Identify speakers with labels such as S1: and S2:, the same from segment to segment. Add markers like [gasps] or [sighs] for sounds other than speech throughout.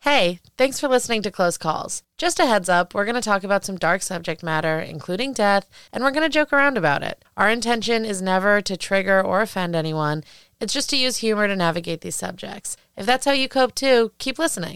S1: Hey, thanks for listening to Close Calls. Just a heads up, we're going to talk about some dark subject matter, including death, and we're going to joke around about it. Our intention is never to trigger or offend anyone, it's just to use humor to navigate these subjects. If that's how you cope too, keep listening.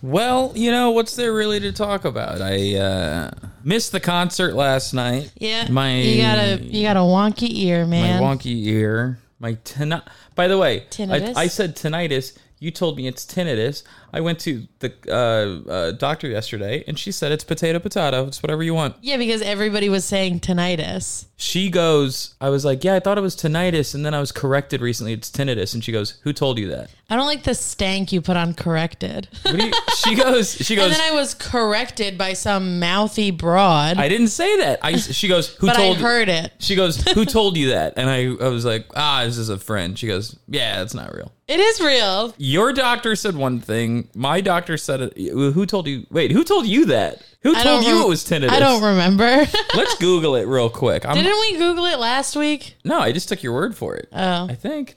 S2: Well, you know what's there really to talk about? I uh, missed the concert last night.
S1: Yeah.
S2: my
S1: you got a you got a wonky ear,
S2: my
S1: man.
S2: wonky ear, my ten. By the way, I,
S1: Tinnitus?
S2: I said tinnitus. You told me it's tinnitus. I went to the uh, uh, doctor yesterday, and she said it's potato potato. It's whatever you want.
S1: yeah, because everybody was saying tinnitus.
S2: She goes. I was like, yeah, I thought it was tinnitus, and then I was corrected recently. It's tinnitus, and she goes, who told you that?
S1: I don't like the stank you put on corrected. [laughs]
S2: What do you, she goes. She
S1: and
S2: goes.
S1: then I was corrected by some mouthy broad,
S2: I didn't say that. I. She goes. Who
S1: but I
S2: told?
S1: heard it.
S2: She goes, Who told you that? And I, I was like, Ah, this is a friend. She goes, Yeah, that's not real.
S1: It is real.
S2: Your doctor said one thing. My doctor said, it. Who told you? Wait, who told you that? Who
S1: I don't
S2: told you
S1: rem-
S2: it was tinnitus?
S1: I don't
S2: [laughs]
S1: remember. [laughs]
S2: Let's Google it real quick. I'm,
S1: Didn't we Google it last week?
S2: no, I just took your word for it.
S1: Oh.
S2: I think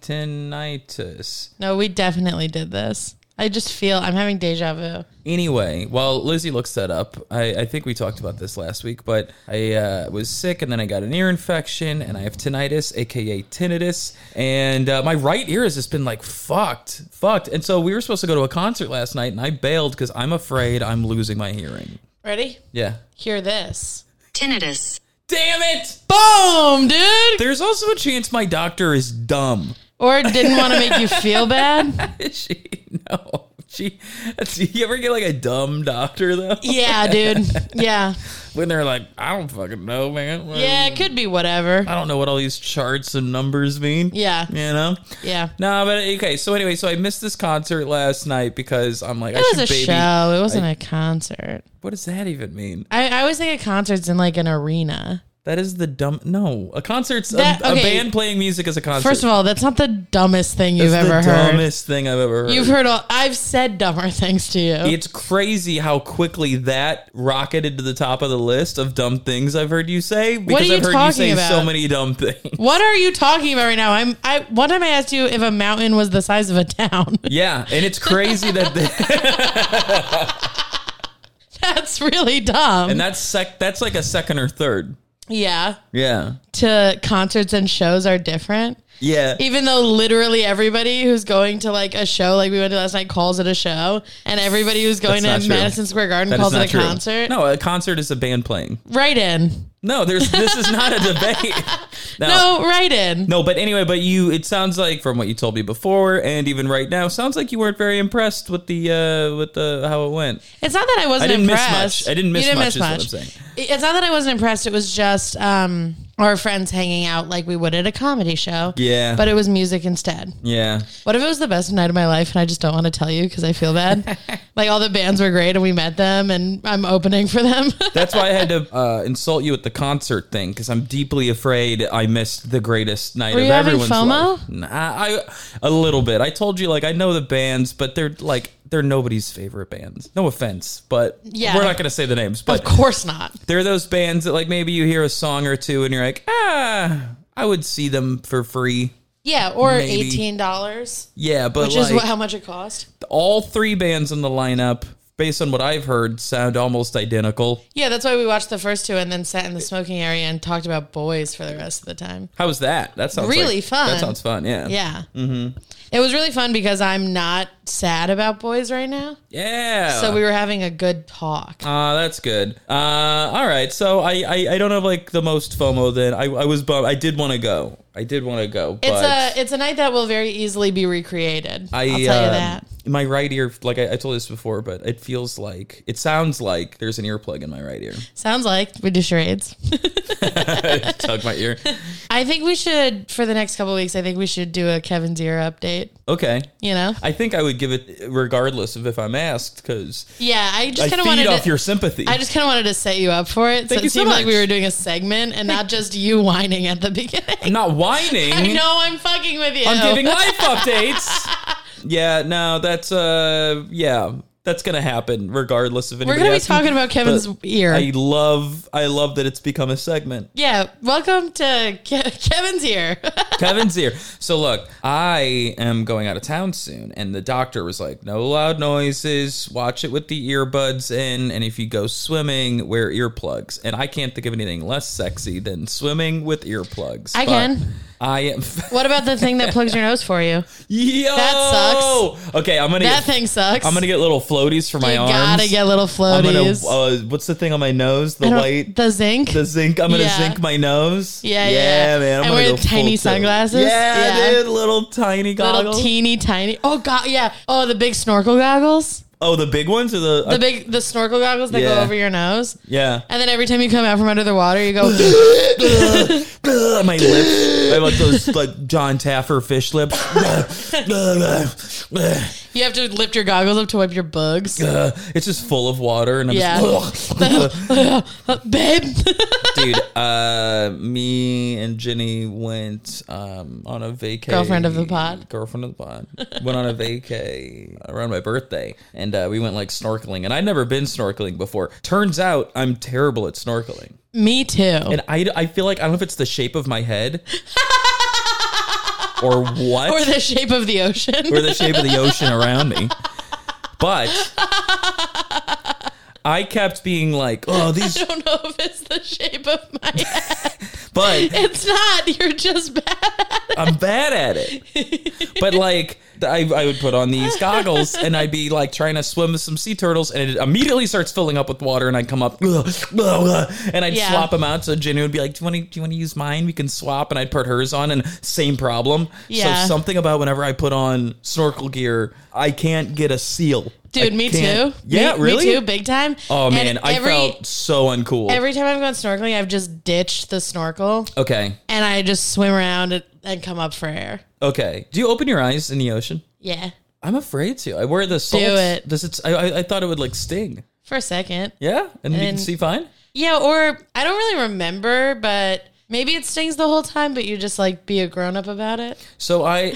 S2: tinnitus.
S1: No, we definitely did this. I just feel I'm having deja vu.
S2: Anyway, while Lizzie looks that up, I, I think we talked about this last week, but I uh, was sick and then I got an ear infection and I have tinnitus, aka tinnitus, and uh, my right ear has just been like fucked, fucked. And so we were supposed to go to a concert last night and I bailed because I'm afraid I'm losing my hearing.
S1: Ready?
S2: Yeah.
S1: Hear this.
S3: Tinnitus.
S2: Damn it!
S1: Boom, dude.
S2: There's also a chance my doctor is dumb. [laughs]
S1: Or didn't want to make you feel bad.
S2: she, no. She, [laughs] you ever get like a dumb doctor though?
S1: Yeah, dude. Yeah.
S2: When they're like, I don't fucking know, man.
S1: Yeah, it could be whatever.
S2: I don't know what all these charts and numbers mean.
S1: Yeah.
S2: You know?
S1: Yeah.
S2: No, but okay. So anyway, so I missed this concert last night because I'm like, I
S1: It
S2: should
S1: was a
S2: baby.
S1: show. It wasn't a concert.
S2: What does that even mean?
S1: I, I always think of concerts in like an arena.
S2: That is the dumb. No, a concert's
S1: That-
S2: a,
S1: okay.
S2: a band playing music is a concert.
S1: First of all, that's not the dumbest thing you've
S2: It's
S1: ever
S2: the
S1: heard.
S2: dumbest thing I've ever heard.
S1: You've heard all. I've said dumber [laughs] things to you.
S2: It's crazy how quickly that rocketed to the top of the list of dumb things I've heard you say because
S1: are you
S2: I've heard you
S1: talking
S2: say so
S1: about?
S2: many dumb things. [laughs]
S1: What are you talking about right now? I'm. I one time I asked you if a mountain was the size of a [laughs] town.
S2: Yeah, and it's crazy
S1: [laughs]
S2: that the,
S1: that's really dumb.
S2: and that's sec that's like a second or third.
S1: yeah.
S2: Yeah.
S1: To concerts and shows are different.
S2: Yeah.
S1: Even though literally everybody who's going to like a show, like we went to last night, calls it a show, and everybody who's going
S2: That's
S1: to
S2: not true.
S1: Madison Square Garden
S2: That is
S1: calls it
S2: not
S1: a
S2: true.
S1: concert.
S2: No, a concert is a band playing.
S1: Right in.
S2: No, there's this is not a debate. No.
S1: [laughs] No, right in.
S2: No, but anyway, but you it sounds like from what you told me before and even right now, sounds like you weren't very impressed with the uh with the how it went.
S1: It's not that I wasn't
S2: I didn't miss
S1: impressed.
S2: much. I didn't miss
S1: You
S2: much is what I'm saying.
S1: It's not that I wasn't impressed. It was just um, our friends hanging out like we would at a comedy show.
S2: Yeah.
S1: But it was music instead.
S2: Yeah.
S1: What if it was the best night of my life and I just don't want to tell you because I feel [laughs] bad? like all the bands were great and we met them and I'm opening for them. [laughs]
S2: That's why I had to [laughs] uh, insult you at the concert thing because I'm deeply afraid I missed the greatest night
S1: Were
S2: of
S1: you having
S2: everyone's
S1: FOMO?
S2: life. Nah, I a little bit. I told you like I know the bands, but they're like they're nobody's favorite bands. No offense, but
S1: Yeah.
S2: we're not gonna say the names. But
S1: of course not.
S2: they're those bands that like maybe you hear a song or two and you're like, ah, I would see them for free.
S1: Yeah, or
S2: Maybe.
S1: $18,
S2: Yeah, but
S1: which
S2: like
S1: is what, how much it cost.
S2: all three bands in the lineup, based on what I've heard, sound almost identical.
S1: Yeah, that's why we watched the first two and then sat in the smoking area and talked about boys for the rest of the time.
S2: How's that? That sounds
S1: Really
S2: like-
S1: fun.
S2: That sounds fun. Yeah.
S1: Yeah. Mm-hmm. It was really fun because I'm not sad about boys right now.
S2: Yeah.
S1: So we were having a good talk.
S2: Ah, that's good. Uh, all right. So I, I, I don't have like the most FOMO then. I, I was bummed. I did want to go. I did want to go. But
S1: It's a it's a night that will very easily be recreated.
S2: I,
S1: I, will tell you
S2: um,
S1: that.
S2: My right ear, like I, I told you this before, but it feels like, it sounds like there's an earplug in my right ear.
S1: Sounds like we do charades.
S2: [laughs] Tug my ear.
S1: I think we should for the next couple of weeks. I think we should do a Kevin's ear update.
S2: Okay.
S1: You know?
S2: I think I would give it regardless of if I'm asked because
S1: Yeah, I
S2: I
S1: just kind of
S2: feed
S1: wanted.
S2: off
S1: to,
S2: your sympathy.
S1: I just kind of wanted to set you up for it, so
S2: Thank
S1: it
S2: you so
S1: seemed like we
S2: much.
S1: were doing a segment and not just you whining at the beginning. [laughs]
S2: I'm not whining.
S1: I know I'm fucking with you.
S2: I'm giving life updates. Yeah, no, that's uh yeah. that's gonna happen regardless of
S1: We're
S2: anybody.
S1: going to be
S2: asking.
S1: talking about Kevin's
S2: But
S1: ear.
S2: I love I love that it's become a segment.
S1: yeah, welcome to Ke- Kevin's [laughs] ear.
S2: Kevin's ear. So look, I am going out of town soon, and the doctor was like, "No loud noises. Watch it with the earbuds in, and if you go swimming, wear earplugs." And I can't think of anything less sexy than swimming with earplugs.
S1: I
S2: But
S1: can.
S2: I am. [laughs]
S1: what about the thing that plugs your nose for you?
S2: Yo,
S1: That
S2: sucks. Okay, I'm gonna.
S1: That
S2: get,
S1: thing sucks.
S2: I'm gonna get little floaties for my
S1: you
S2: arms.
S1: gotta get little
S2: I'm gonna.
S1: floaties.
S2: Uh, what's the thing on my nose? The
S1: I don't-
S2: white.
S1: the zinc.
S2: The zinc. I'm gonna
S1: Yeah.
S2: zinc my nose.
S1: Yeah, yeah.
S2: man. I'm
S1: And
S2: gonna
S1: wear
S2: go full
S1: tiny
S2: tilt.
S1: sunglasses.
S2: Yeah,
S1: Yeah.
S2: dude. Little tiny goggles.
S1: little teeny tiny. Oh god, yeah. Oh, the big snorkel goggles.
S2: oh, the big ones or the,
S1: The big the snorkel goggles that go
S2: Yeah.
S1: over your nose.
S2: yeah.
S1: And then every time you come out from under the water, you
S2: [sighs]
S1: go.
S2: Ugh, my lips. I have like those like John Taffer
S1: [laughs]
S2: fish lips.
S1: you have to lift your goggles up to wipe your bugs,
S2: Uh, it's just full of water, and I'm just
S1: [laughs] babe. [laughs]
S2: dude. Uh, me and Jenny went um, on a vacay.
S1: Girlfriend of the pod.
S2: Girlfriend of the pod. went on a vacay around my birthday, and uh, we went like snorkeling. And I'd never been snorkeling before. Turns out I'm terrible at snorkeling.
S1: Me too.
S2: And I, I feel like I don't know if it's the shape of my head or what,
S1: or the shape of the ocean.
S2: or the shape of the ocean around me. But I kept being like, oh, these,
S1: [laughs] I don't know if it's the shape of
S2: [laughs]
S1: my head.
S2: but
S1: It's not. You're just bad. [laughs]
S2: I'm bad at it. But like, I, I would put on these goggles and I'd be like trying to swim with some sea turtles and it immediately starts filling up with water and I'd come up [laughs] "Ugh, ugh, ugh," and I'd
S1: Yeah.
S2: swap them out. So Jenny would be like, do you want to, do you want to use mine? We can swap. And I'd put hers on and same problem.
S1: Yeah.
S2: So something about whenever I put on snorkel gear, I can't get a seal.
S1: Dude,
S2: I
S1: me too.
S2: can't- Yeah,
S1: me,
S2: really?
S1: Me too, big time.
S2: Oh
S1: And
S2: man, I
S1: every,
S2: felt so uncool.
S1: every time I've gone snorkeling, I've just ditched the snorkel
S2: okay.
S1: and I just swim around and, and come up for air.
S2: Okay. Do you open your eyes in the ocean?
S1: Yeah,
S2: I'm afraid to. I wear the salt.
S1: it.
S2: Does it? I, I, I thought it would like sting.
S1: for a second.
S2: Yeah, and, you can
S1: And-
S2: see fine.
S1: Yeah, or I don't really remember, but maybe it stings the whole time, but you just like be a grown up about it. [laughs]
S2: So I,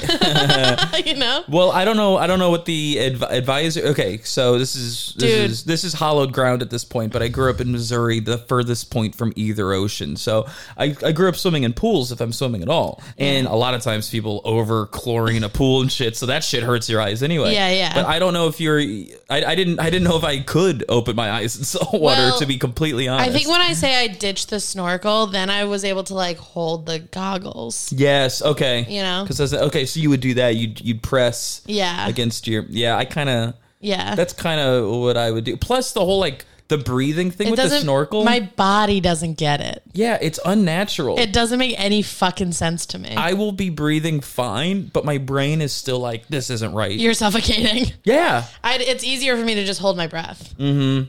S1: you know?
S2: well, I don't know. I don't know what the adv- advisor. Okay, so this is this
S1: Dude.
S2: is this is hollowed ground at this point. But I grew up in Missouri, the furthest point from either ocean. So I, I grew up swimming in pools if I'm swimming at all. And a lot of times people over chlorine a pool and shit. So that shit hurts your eyes anyway.
S1: Yeah, yeah.
S2: But I don't know if you're. I, I didn't. I didn't know if I could open my eyes in salt water.
S1: Well,
S2: to be completely honest,
S1: I think when I say I ditched the snorkel, then I was able to like hold the goggles.
S2: Yes. Okay.
S1: You know?
S2: Because okay, so you would do that. You'd you'd press.
S1: Yeah.
S2: Against your yeah. I kind of
S1: Yeah.
S2: that's kind of what I would do. Plus the whole like the breathing thing
S1: it
S2: with the
S1: doesn't
S2: snorkel.
S1: My body doesn't get it.
S2: yeah, it's unnatural.
S1: It doesn't make any fucking sense to me.
S2: I will be breathing fine, but my brain is still like this isn't right.
S1: You're suffocating. [laughs]
S2: yeah.
S1: i it's easier for me to just hold my breath.
S2: Yeah. I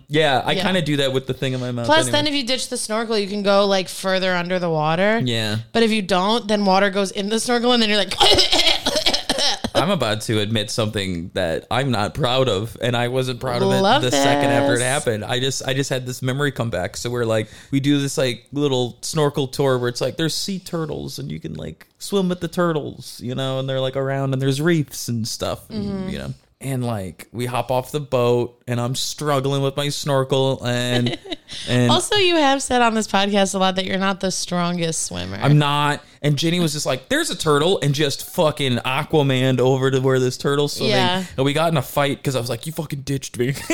S1: Yeah.
S2: kind of do that with the thing in my mouth.
S1: Plus,
S2: Mm, anyway.
S1: then if you ditch the snorkel, you can go like further under the water.
S2: yeah,
S1: But if you don't, then water goes in the snorkel, and then you're like, [laughs]
S2: I'm about to admit something that I'm not proud of, and I wasn't proud of it
S1: Love
S2: the second after it
S1: this.
S2: happened. I just I just had this memory come back. So we're like we do this like little snorkel tour where it's like there's sea turtles and you can like swim with the turtles, you know, and they're like around and there's reefs and stuff, and,
S1: Mm-hmm.
S2: you know. And like we hop off the boat and I'm struggling with my snorkel
S1: [laughs]
S2: and and
S1: Also, you have said on this podcast a lot that you're not the strongest swimmer. [laughs]
S2: I'm not. And Jenny was just like, "There's a turtle," and just fucking Aquaman over to where this turtle's swimming.
S1: Yeah.
S2: And we got in a fight because I was like, "You fucking ditched me! [laughs]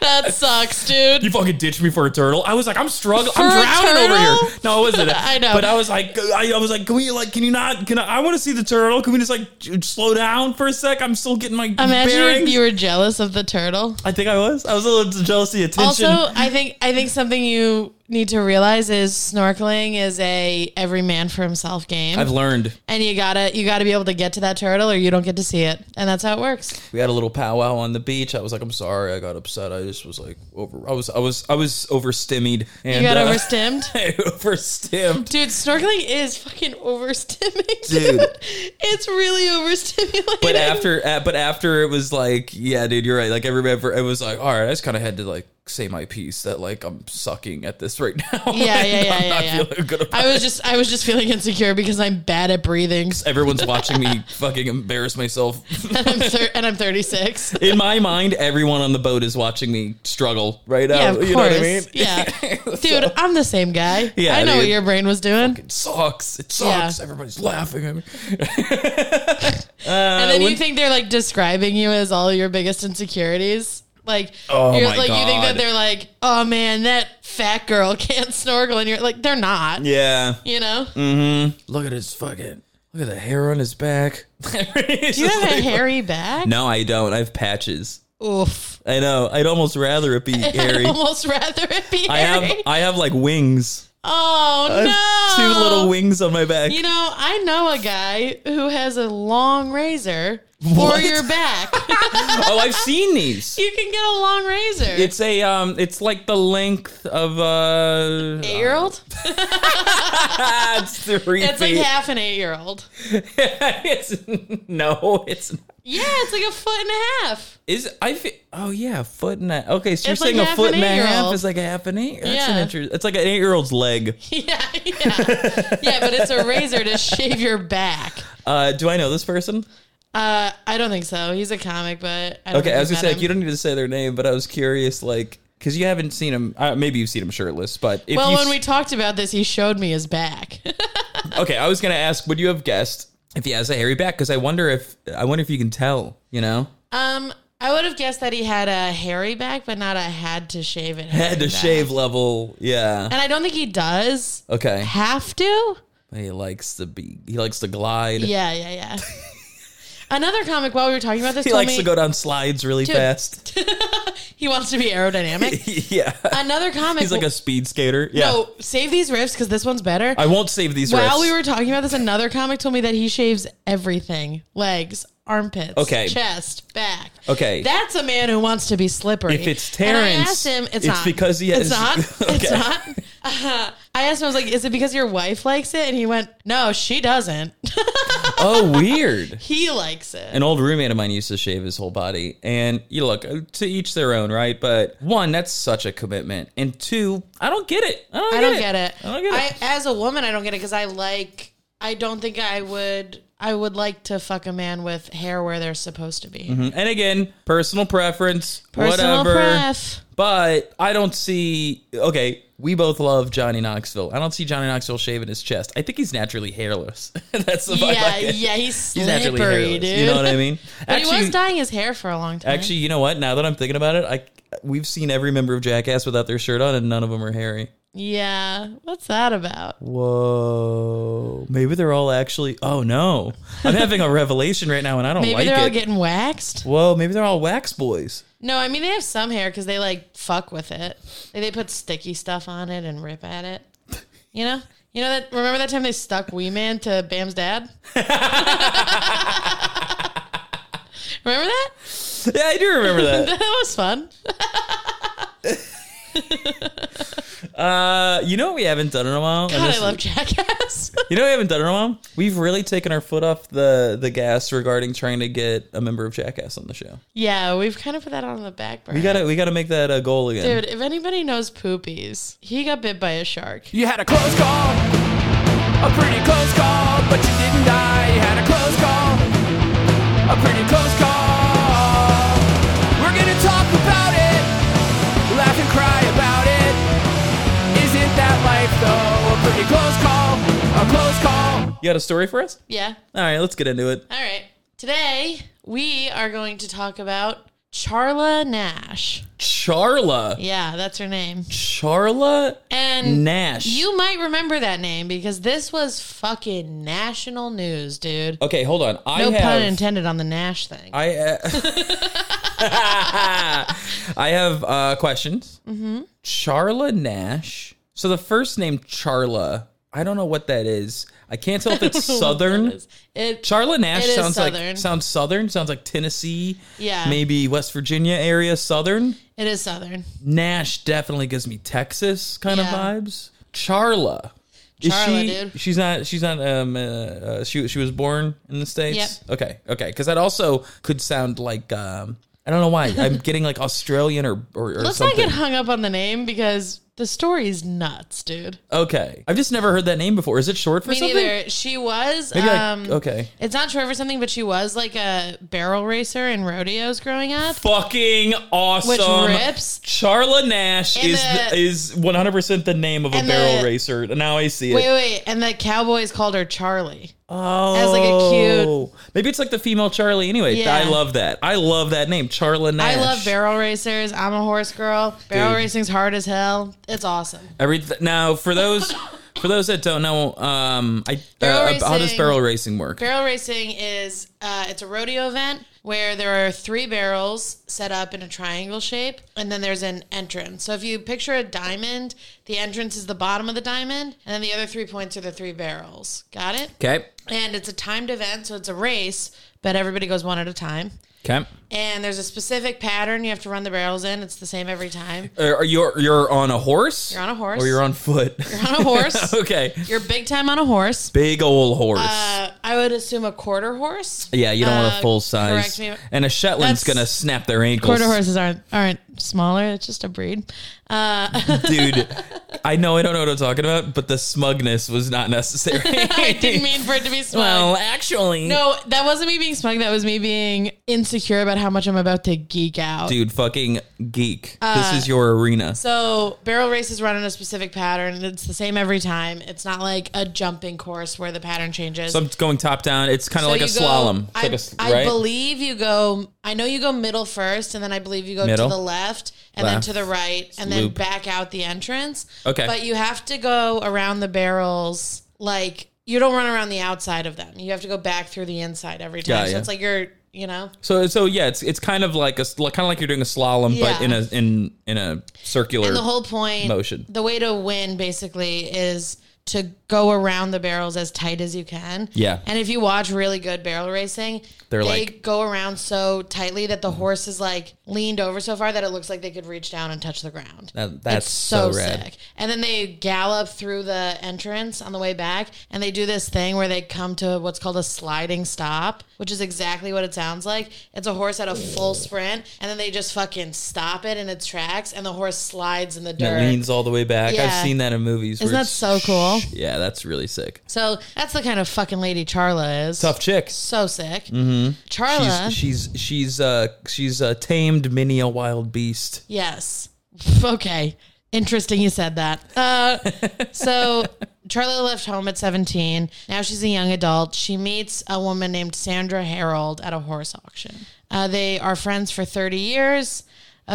S1: that sucks, dude.
S2: you fucking ditched me for a turtle!" I was like, "I'm struggling.
S1: For
S2: I'm
S1: a
S2: drowning over
S1: turtle?
S2: here." No, it wasn't.
S1: [laughs] I know.
S2: But I was like, I, I was like, "Can we like? Can you not? Can I? I want to see the turtle. Can we just like j- slow down for a sec? I'm still getting my
S1: Imagine
S2: bearings."
S1: if you were jealous of the turtle.
S2: I think I was. I was a little jealous of the attention.
S1: Also, I think I think something you need to realize is snorkeling is a every man for himself game,
S2: I've learned.
S1: and you gotta you gotta be able to get to that turtle, or you don't get to see it, and that's how it works.
S2: We had a little powwow on the beach. I was like, "I'm sorry, I got upset. I just was like over. I was, I was, I was overstimmied." And,
S1: You got
S2: uh,
S1: overstimmed.
S2: I
S1: [laughs]
S2: overstimmed.
S1: Dude, snorkeling is fucking overstimming, [laughs] dude.
S2: Dude.
S1: It's really overstimulating.
S2: [laughs] But after, uh, but after it was like, yeah, dude, you're right. Like I remember, it was like, all right, I just kind of had to like say my piece that like I'm sucking at this right [laughs] now.
S1: Yeah, yeah,
S2: and
S1: yeah,
S2: I'm
S1: yeah,
S2: not
S1: yeah.
S2: feeling good about
S1: I was just I was just feeling insecure because I'm bad at breathing [laughs]
S2: it. Everyone's watching me fucking embarrass myself.
S1: and I'm thir- and I'm
S2: [laughs]
S1: 36.
S2: In my mind, everyone on the boat is watching me struggle right now.
S1: Yeah, of
S2: Oh, you know
S1: course.
S2: what I mean? [laughs]
S1: Yeah, dude, I'm the same guy.
S2: Yeah,
S1: I know what
S2: dude.
S1: your brain was doing.
S2: It sucks. It sucks. Everybody's laughing at me.
S1: and then you
S2: uh, when-
S1: think they're like describing you as all your biggest insecurities. Like,
S2: Oh
S1: you're
S2: my
S1: like you think that
S2: God.
S1: they're like, oh man, that fat girl [laughs] can't snorkel, and you're like, they're not.
S2: Yeah. Mm.
S1: You know,
S2: Look at his fucking. Look at the hair on his back. [laughs]
S1: do you have a hairy back?
S2: No, I don't. I have patches.
S1: Oof. [laughs]
S2: I know. I'd almost rather it be hairy.
S1: I'd almost rather it be
S2: I
S1: hairy.
S2: have I have like wings.
S1: oh
S2: I have
S1: no,
S2: two little wings on my back.
S1: You know, I know a guy who has a long razor for
S2: What?
S1: your
S2: [laughs]
S1: back.
S2: oh, I've seen these.
S1: you can get a long razor.
S2: It's a um it's like the length
S1: [laughs]
S2: of uh
S1: eight year
S2: [laughs]
S1: old.
S2: it's three
S1: It's like
S2: feet.
S1: half an eight year old.
S2: [laughs] It's- no, it's not.
S1: Yeah, it's like a foot and a half. [laughs]
S2: Is I fe- oh yeah, a foot and a okay. So
S1: It's
S2: you're
S1: like
S2: saying
S1: half
S2: a
S1: an
S2: foot and a half
S1: eight-year-old.
S2: is like a half an eight. That's an
S1: Yeah.
S2: interest. It's like an eight year old's leg.
S1: Yeah, yeah,
S2: [laughs]
S1: yeah. But it's a razor to shave your back.
S2: Uh, do I know this person?
S1: Uh, I don't think so. He's a comic, but I don't
S2: Okay,
S1: think
S2: I was
S1: you've
S2: gonna
S1: met
S2: say like,
S1: him.
S2: you don't need to say their name, but I was curious like because you haven't seen him. Uh, maybe you've seen him shirtless, but if
S1: Well,
S2: you,
S1: when we talked about this, he showed me his back. [laughs]
S2: okay, I was gonna ask, would you have guessed if he has a hairy back? Because I wonder if I wonder if you can tell. You know,
S1: um, I would have guessed that he had a hairy back, but not a had to shave it.
S2: head to shave level. Yeah.
S1: and I don't think he does
S2: Okay.
S1: have to.
S2: He likes to be. He likes to glide.
S1: Yeah, yeah, yeah. Another comic while we were talking about this
S2: He
S1: told
S2: likes
S1: me
S2: to go down slides really fast. [laughs]
S1: he wants to be aerodynamic.
S2: yeah.
S1: Another comic.
S2: He's like a speed skater. Yeah.
S1: no, save these riffs because this one's better.
S2: I won't save these
S1: While
S2: riffs.
S1: we were talking about this, another comic told me that he shaves everything legs, armpits,
S2: Okay.
S1: chest, back.
S2: Okay.
S1: That's a man who wants to be slippery.
S2: If it's
S1: And I
S2: Terrence,
S1: asked him, it's,
S2: it's
S1: not.
S2: because he
S1: It's
S2: has- [laughs]
S1: not. It's
S2: Okay.
S1: not. Uh, I asked him, I was like, is it because your wife likes it? And he went, no, she doesn't. [laughs]
S2: oh, weird.
S1: he likes it.
S2: An old roommate of mine used to shave his whole body. And you look, to each their own, right? But one, that's such a commitment. And two, I don't get it. I don't,
S1: I
S2: get,
S1: don't
S2: it.
S1: get it.
S2: I don't get it.
S1: as a woman, I don't get it because I like. I don't think I would. I would like to fuck a man with hair where they're supposed to be.
S2: and again, personal preference,
S1: Personal
S2: Mm-hmm. whatever. [laughs]
S1: pref.
S2: But I don't see. Okay, we both love Johnny Knoxville. I don't see Johnny Knoxville shaving his chest. I think he's naturally hairless. [laughs] That's the vibe.
S1: Yeah,
S2: I get.
S1: yeah, he's
S2: He's naturally
S1: slippery,
S2: hairless.
S1: dude.
S2: You know what I mean?
S1: [laughs] But he was dyeing his hair for a long time.
S2: actually, you know what? Now that I'm thinking about it, I we've seen every member of Jackass without their shirt on, and none of them are hairy.
S1: yeah. What's that about?
S2: Whoa! Maybe they're all actually. Oh no! I'm having a
S4: [laughs]
S2: revelation right now, and I don't
S1: Maybe
S2: like
S1: they're
S2: it.
S1: all getting waxed.
S2: Whoa! Maybe they're all wax boys. [laughs]
S1: No, I mean they have some hair because they like fuck with it. Like, they put sticky stuff on it and rip at it. You know. You know that? Remember that time they stuck Wee Man to Bam's dad?
S2: [laughs]
S1: remember that? [laughs]
S2: Yeah, I do remember that.
S4: [laughs]
S1: That was fun.
S2: Uh, you know what we haven't done in a while? And
S1: God, I
S2: this-
S1: love Jackass. [laughs]
S2: You know what we haven't done in a while? We've really taken our foot off the the gas regarding trying to get a member of Jackass on the show.
S1: yeah, we've kind of put that on the back burner.
S2: We gotta we gotta make that a goal again.
S1: Dude, if anybody knows Poopies, he got bit by a shark.
S4: You had a close call, a pretty close call, but you didn't die. You had a close call, a pretty close call. We're gonna talk about it, laugh and cry about it. Isn't that life though? A pretty close call, a close call.
S2: You got a story for us?
S1: Yeah.
S2: All right, let's get into it.
S1: All right. Today, we are going to talk about Charla Nash.
S2: Charla,
S1: Yeah, that's her name.
S2: Charla
S1: And
S2: Nash.
S1: you might remember that name because this was fucking national news, dude.
S2: okay? Hold on. I
S1: No
S2: have
S1: pun intended on the Nash thing.
S2: I uh, [laughs] I have uh, questions. Mm-hmm. Charla Nash. So the first name Charla. I don't know what that is. I can't tell if
S1: [laughs]
S2: it's southern.
S1: It,
S2: Charlotte Nash
S1: It is
S2: sounds
S1: Southern.
S2: like sounds southern, sounds like Tennessee,
S1: Yeah.
S2: maybe West Virginia area southern.
S1: it is southern.
S2: Nash definitely gives me Texas kind
S1: Yeah.
S2: of vibes. Charla. Is
S1: Charla,
S2: she,
S1: dude.
S2: She's not. She's not. Um. Uh, uh, she she was born in the states.
S1: Yep.
S2: Okay. Okay. Because that also could sound like um. I don't know why. I'm [laughs] getting like Australian or or, or
S1: Let's
S2: something.
S1: not get hung up on the name because the story's nuts, dude.
S2: okay, I've just never heard that name before. Is it short for
S1: Me
S2: something?
S1: neither. She was.
S2: Maybe like-
S1: um,
S2: okay.
S1: It's not true for something, but she was like a barrel racer in rodeos growing up.
S2: Fucking awesome!
S1: rips.
S2: Charla Nash
S1: And
S2: is
S1: the-
S2: the, is 100 percent the name of a
S1: and
S2: barrel
S1: the-
S2: racer. Now I see it.
S1: Wait, wait. And the Cowboys called her Charlie.
S2: oh,
S1: as, like, a
S2: cute. Oh. Maybe it's like the female Charlie. Anyway,
S1: Yeah.
S2: I love that. I love that name, Charla Nash.
S1: I love barrel racers. I'm a horse girl. Barrel
S2: Oh, Dude.
S1: racing's hard as hell. It's awesome.
S2: Every now for
S1: [laughs]
S2: those for those that don't know, um, I uh,
S1: Barrel
S2: how does
S1: racing-
S2: barrel racing work?
S1: Barrel racing is uh, it's a rodeo event where there are three barrels set up in a triangle shape, and then there's an entrance. So if you picture a diamond, the entrance is the bottom of the diamond, and then the other three points are the three barrels. Got it?
S2: Okay,
S1: And it's a timed event, so it's a race, but everybody goes one at a time.
S2: okay.
S1: And there's a specific pattern you have to run the barrels in. It's the same every
S2: [laughs]
S1: time.
S2: Are are you you're on a horse?
S1: You're on a horse.
S2: or you're on foot?
S1: You're on a horse.
S2: [laughs] okay,
S1: You're big time on a horse.
S2: big old horse.
S1: Uh, I would assume a quarter horse.
S2: yeah, you don't want
S1: uh,
S2: a full size.
S1: correct me-
S2: And a Shetland's
S1: That's-
S2: gonna snap their ankles.
S1: Quarter horses aren't aren't smaller. It's just a breed. Uh,
S2: [laughs] dude. I know I don't know what I'm talking about, but the smugness was not necessary.
S1: [laughs] I didn't mean for it to be small.
S2: [laughs] well, actually,
S1: no, that wasn't me being smug. That was me being insecure about how much I'm about to geek out.
S2: dude, fucking geek. this is your arena.
S1: Uh, So barrel races run in a specific pattern. It's the same every time. It's not like a jumping course where the pattern changes.
S2: So I'm going top down. It's kind of like a
S1: you go-
S2: slalom. It's
S1: I,
S2: like a s-
S1: I
S2: right?
S1: believe you go. I know you go middle first, and then I believe you go
S2: Middle.
S1: to the left, and
S2: Left.
S1: then to the right, and then
S2: Loop.
S1: back out the entrance.
S2: Okay.
S1: but you have to go around the barrels. Like you don't run around the outside of them. You have to go back through the inside every time.
S2: Yeah,
S1: so
S2: yeah.
S1: it's like you're, you know,
S2: So so yeah, it's it's kind of like a kind of like you're doing a slalom, but
S1: Yeah.
S2: in a in in a circular.
S1: and the whole point
S2: motion.
S1: The way to win basically is to go around the barrels as tight as you can.
S2: Yeah.
S1: And if you watch really good barrel racing,
S2: They're
S1: they
S2: like-
S1: go around so tightly that the horse is like leaned over so far that it looks like they could reach down and touch the ground.
S2: That- that's
S1: It's
S2: so rad.
S1: And then they gallop through the entrance on the way back and they do this thing where they come to what's called a sliding stop, which is exactly what it sounds like. It's a horse at a full sprint and then they just fucking stop it in its tracks and the horse slides in the
S2: and
S1: dirt.
S2: it leans all the way back. I've
S1: Yeah.
S2: seen that in movies. where
S1: Isn't that
S2: it's-
S1: so cool?
S2: Yeah, that's really sick.
S1: So that's the kind of fucking lady Charla is.
S2: Tough chick.
S1: So sick. Mm-hmm. Charla.
S2: She's she's she's uh she's uh, tamed many a wild beast.
S1: yes. [laughs] Okay. Interesting you said that. Uh,
S2: [laughs]
S1: so Charla left home at 17. Now she's a young adult. She meets a woman named Sandra Harold at a horse auction. Uh, they are friends for 30 years.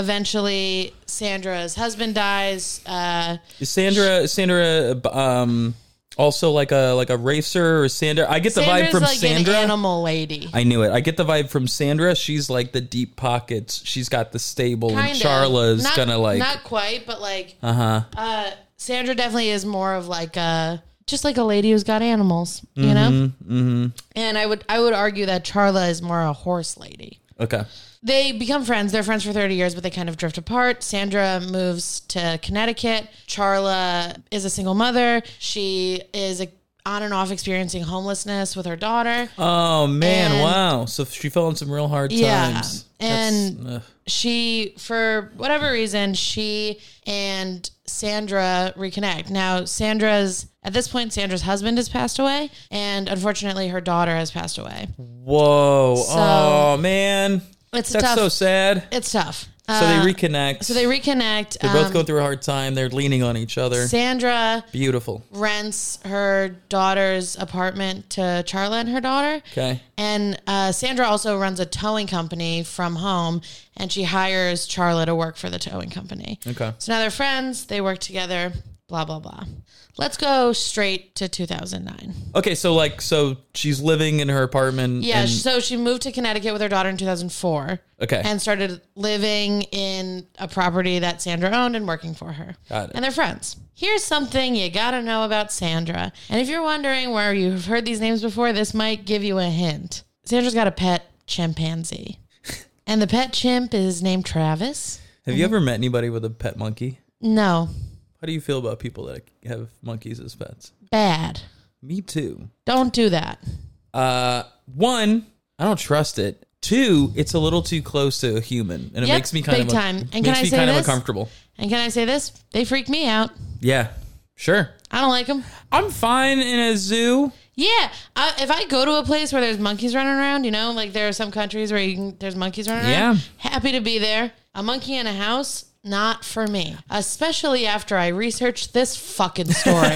S1: Eventually, Sandra's husband dies. Uh,
S2: Is Sandra Sandra um also like a like a racer or Sandra? I get the
S1: Sandra's
S2: vibe from
S1: like
S2: Sandra.
S1: an animal lady.
S2: I knew it. I get the vibe from Sandra. She's like the deep pockets. She's got the stable, and
S1: Kinda.
S2: Charla's
S1: Not-
S2: gonna like
S1: not quite, but like uh-huh. Sandra definitely is more of like a just like a lady who's got animals, you know. Mm-hmm. And I would I would argue that Charla is more a horse lady.
S2: okay.
S1: They become friends. They're friends for 30 years, but they kind of drift apart. Sandra moves to Connecticut. Charla is a single mother. She is a, on and off experiencing homelessness with her daughter.
S2: Oh man,
S1: And-
S2: wow. So she fell in some real hard
S1: Yeah,
S2: times.
S1: and-
S2: That's- ugh.
S1: she for whatever reason she and sandra reconnect now sandra's at this point sandra's husband has passed away and unfortunately her daughter has passed away
S2: whoa. oh man.
S1: It's a
S2: That's
S1: tough-
S2: so sad.
S1: it's tough
S2: So
S1: Uh,
S2: they reconnect.
S1: so they reconnect
S2: They're both
S1: Um,
S2: going through a hard time. They're leaning on each other.
S1: sandra
S2: Beautiful.
S1: rents her daughter's apartment to charla and her daughter
S2: Okay.
S1: And uh, Sandra also runs a towing company from home, and she hires Charla to work for the towing company.
S2: Okay.
S1: So now they're friends. They work together. Blah blah blah. Let's go straight to 2009.
S2: Okay, so like so she's living in her apartment.
S1: Yeah.
S2: and-
S1: so she moved to Connecticut with her daughter in 2004.
S2: Okay.
S1: And started living in a property that Sandra owned and working for her.
S2: Got it.
S1: And they're friends. Here's something you gotta know about Sandra. And if you're wondering where you've heard these names before, this might give you a hint. Sandra's got a pet
S2: [laughs]
S1: chimpanzee. and the pet chimp is named Travis.
S2: Have you ever met anybody with a pet monkey?
S1: No,
S2: How do you feel about people that have monkeys as pets?
S1: bad.
S2: Me too.
S1: Don't do that.
S2: Uh, one, I don't trust it. Two, it's a little too close to a human, and it
S1: Yep,
S2: makes me kind
S1: big
S2: of
S1: time. And
S2: makes
S1: can I
S2: me
S1: say
S2: kind
S1: this?
S2: of uncomfortable.
S1: And can I say this? They freak me out.
S2: Yeah, sure.
S1: I don't like them.
S2: I'm fine in a zoo.
S1: Yeah, I, if I go to a place where there's monkeys running around, you know, like there are some countries where you can, there's monkeys running around.
S2: Yeah.
S1: happy to be there. A monkey in a house, not for me. Especially after I researched this fucking
S2: [laughs]
S1: story.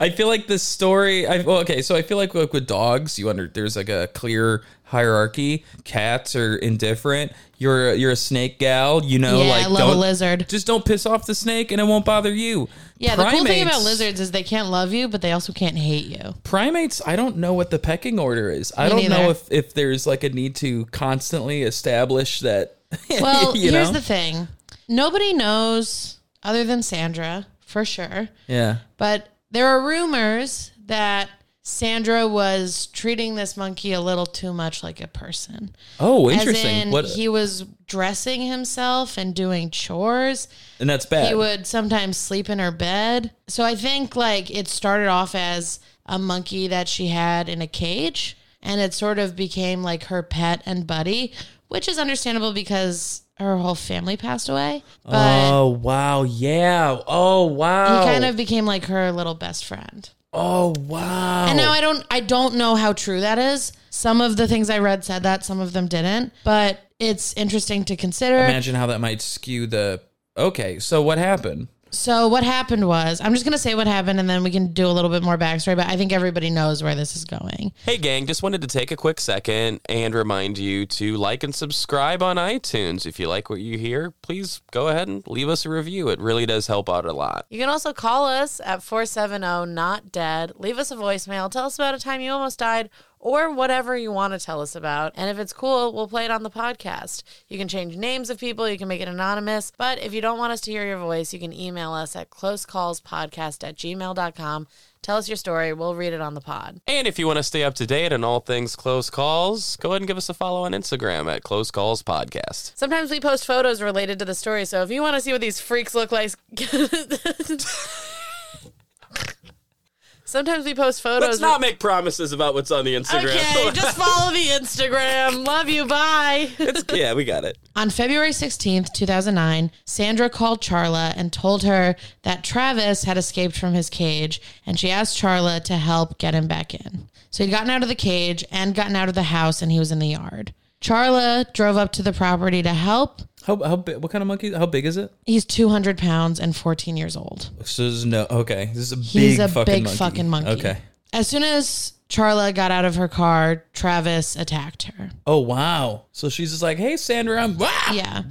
S2: I feel like this story. I well, okay, so I feel like, like with dogs, you under there's like a clear hierarchy. Cats are indifferent. You're you're a snake gal, you know.
S1: Yeah, I
S2: like
S1: love a
S2: don't-
S1: lizard.
S2: Just don't piss off the snake, and it won't bother you.
S1: yeah, the cool thing
S2: Primates-
S1: about lizards is they can't love you, but they also can't hate
S2: [laughs]
S1: you.
S2: primates i don't know what the pecking order is i don't
S1: neither.
S2: know if, if there's like a need to constantly establish that [laughs]
S1: Well,
S2: you
S1: here's
S2: know?
S1: the thing nobody knows, other than Sandra, for sure.
S2: yeah
S1: But there are rumors that Sandra was treating this monkey a little too much like a person.
S2: oh
S1: As
S2: interesting
S1: in,
S2: what
S1: he was dressing himself and doing chores.
S2: and that's bad
S1: He would sometimes sleep in her bed. So I think like it started off as a monkey that she had in a cage and it sort of became like her pet and buddy, which is understandable because her whole family passed away. But
S2: oh wow yeah oh wow
S1: he kind of became like her little best friend.
S2: oh wow
S1: And now I don't I don't know how true that is. Some of the things I read said that, some of them didn't, but it's interesting to consider.
S2: imagine how that might skew the okay so what happened
S1: So what happened was, I'm just gonna say what happened, and then we can do a little bit more backstory. But I think everybody knows where this is going.
S5: Hey, gang, just wanted to take a quick second and remind you to like and subscribe on iTunes. If you like what you hear, please go ahead and leave us a review. It really does help out a lot.
S6: You can also call us at 470 Not Dead. Leave us a voicemail. Tell us about a time you almost died or whatever you want to tell us about. And if it's cool, we'll play it on the podcast. You can change names of people, you can make it anonymous. But if you don't want us to hear your voice, you can email us at closecallspodcast at gmail.com. Tell us your story. We'll read it on the pod.
S5: And if you want to stay up to date on all things Close Calls, go ahead and give us a follow on Instagram at Close Calls Podcast.
S6: Sometimes we post photos related to the story. So if you want to see what these freaks look
S5: [laughs]
S6: like, [laughs] sometimes we post photos.
S5: Let's not make promises about what's on the Instagram. [laughs]
S2: [laughs]
S6: Okay, just follow the Instagram. Love you. Bye.
S5: It's- yeah, we got it.
S1: On February 16th, 2009, Sandra called Charla and told her that Travis had escaped from his cage, and she asked Charla to help get him back in. So he'd gotten out of the cage and gotten out of the house, and he was in the yard. Charla drove up to the property to help.
S2: how, how big what kind of monkey how big is it
S1: He's 200 pounds and 14 years old.
S2: so there's no okay this is a
S1: He's
S2: big
S1: a
S2: fucking
S1: big
S2: monkey.
S1: fucking monkey.
S2: okay
S1: As soon as Charla got out of her car, Travis attacked her.
S2: oh wow so she's just like hey sandra i'm wow.
S1: Yeah.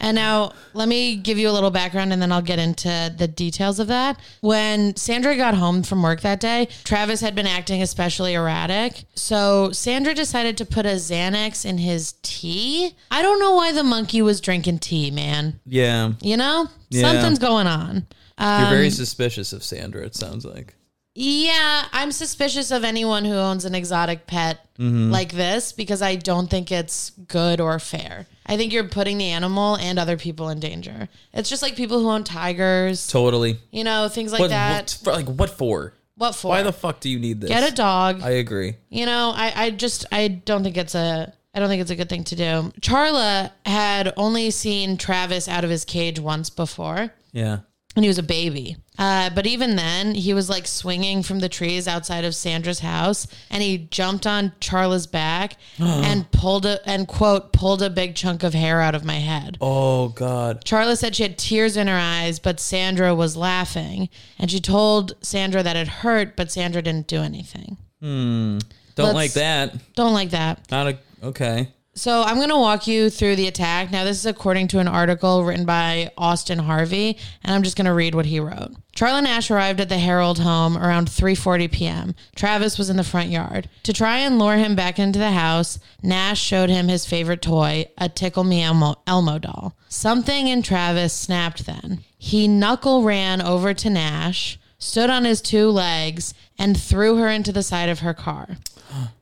S1: And now let me give you a little background and then I'll get into the details of that. When Sandra got home from work that day, Travis had been acting especially erratic. So Sandra decided to put a Xanax in his tea. I don't know why the monkey was drinking tea, man.
S2: yeah
S1: You know,
S2: Yeah.
S1: something's going on.
S2: You're
S1: Um,
S2: very suspicious of Sandra, it sounds like.
S1: Yeah, I'm suspicious of anyone who owns an exotic pet
S2: Mm-hmm.
S1: like this because I don't think it's good or fair. I think you're putting the animal and other people in danger. It's just like people who own tigers,
S2: Totally.
S1: you know, things like
S2: What,
S1: that.
S2: what for, like what for?
S1: What for?
S2: Why the fuck do you need this?
S1: Get a dog.
S2: I agree.
S1: You know, I, I just I don't think it's a I don't think it's a good thing to do. Charla had only seen Travis out of his cage once before.
S2: Yeah.
S1: and he was a baby. Uh, but even then, he was like swinging from the trees outside of Sandra's house, and he jumped on Charla's back and pulled a and quote pulled a big chunk of hair out of my head.
S2: Oh god.
S1: Charla said she had tears in her eyes, but Sandra was laughing, and she told Sandra that it hurt, but Sandra didn't do anything.
S2: Don't
S1: Let's-
S2: like that.
S1: Don't like that.
S2: Not a okay.
S1: So I'm going to walk you through the attack. Now, this is according to an article written by Austin Harvey, and I'm just going to read what he wrote. Charlie Nash arrived at the Herald home around 3:40 p.m. Travis was in the front yard. To try and lure him back into the house, Nash showed him his favorite toy, a Tickle Me Elmo, Elmo doll. Something in Travis snapped then. He knuckle ran over to Nash, stood on his two legs, and threw her into the side of her car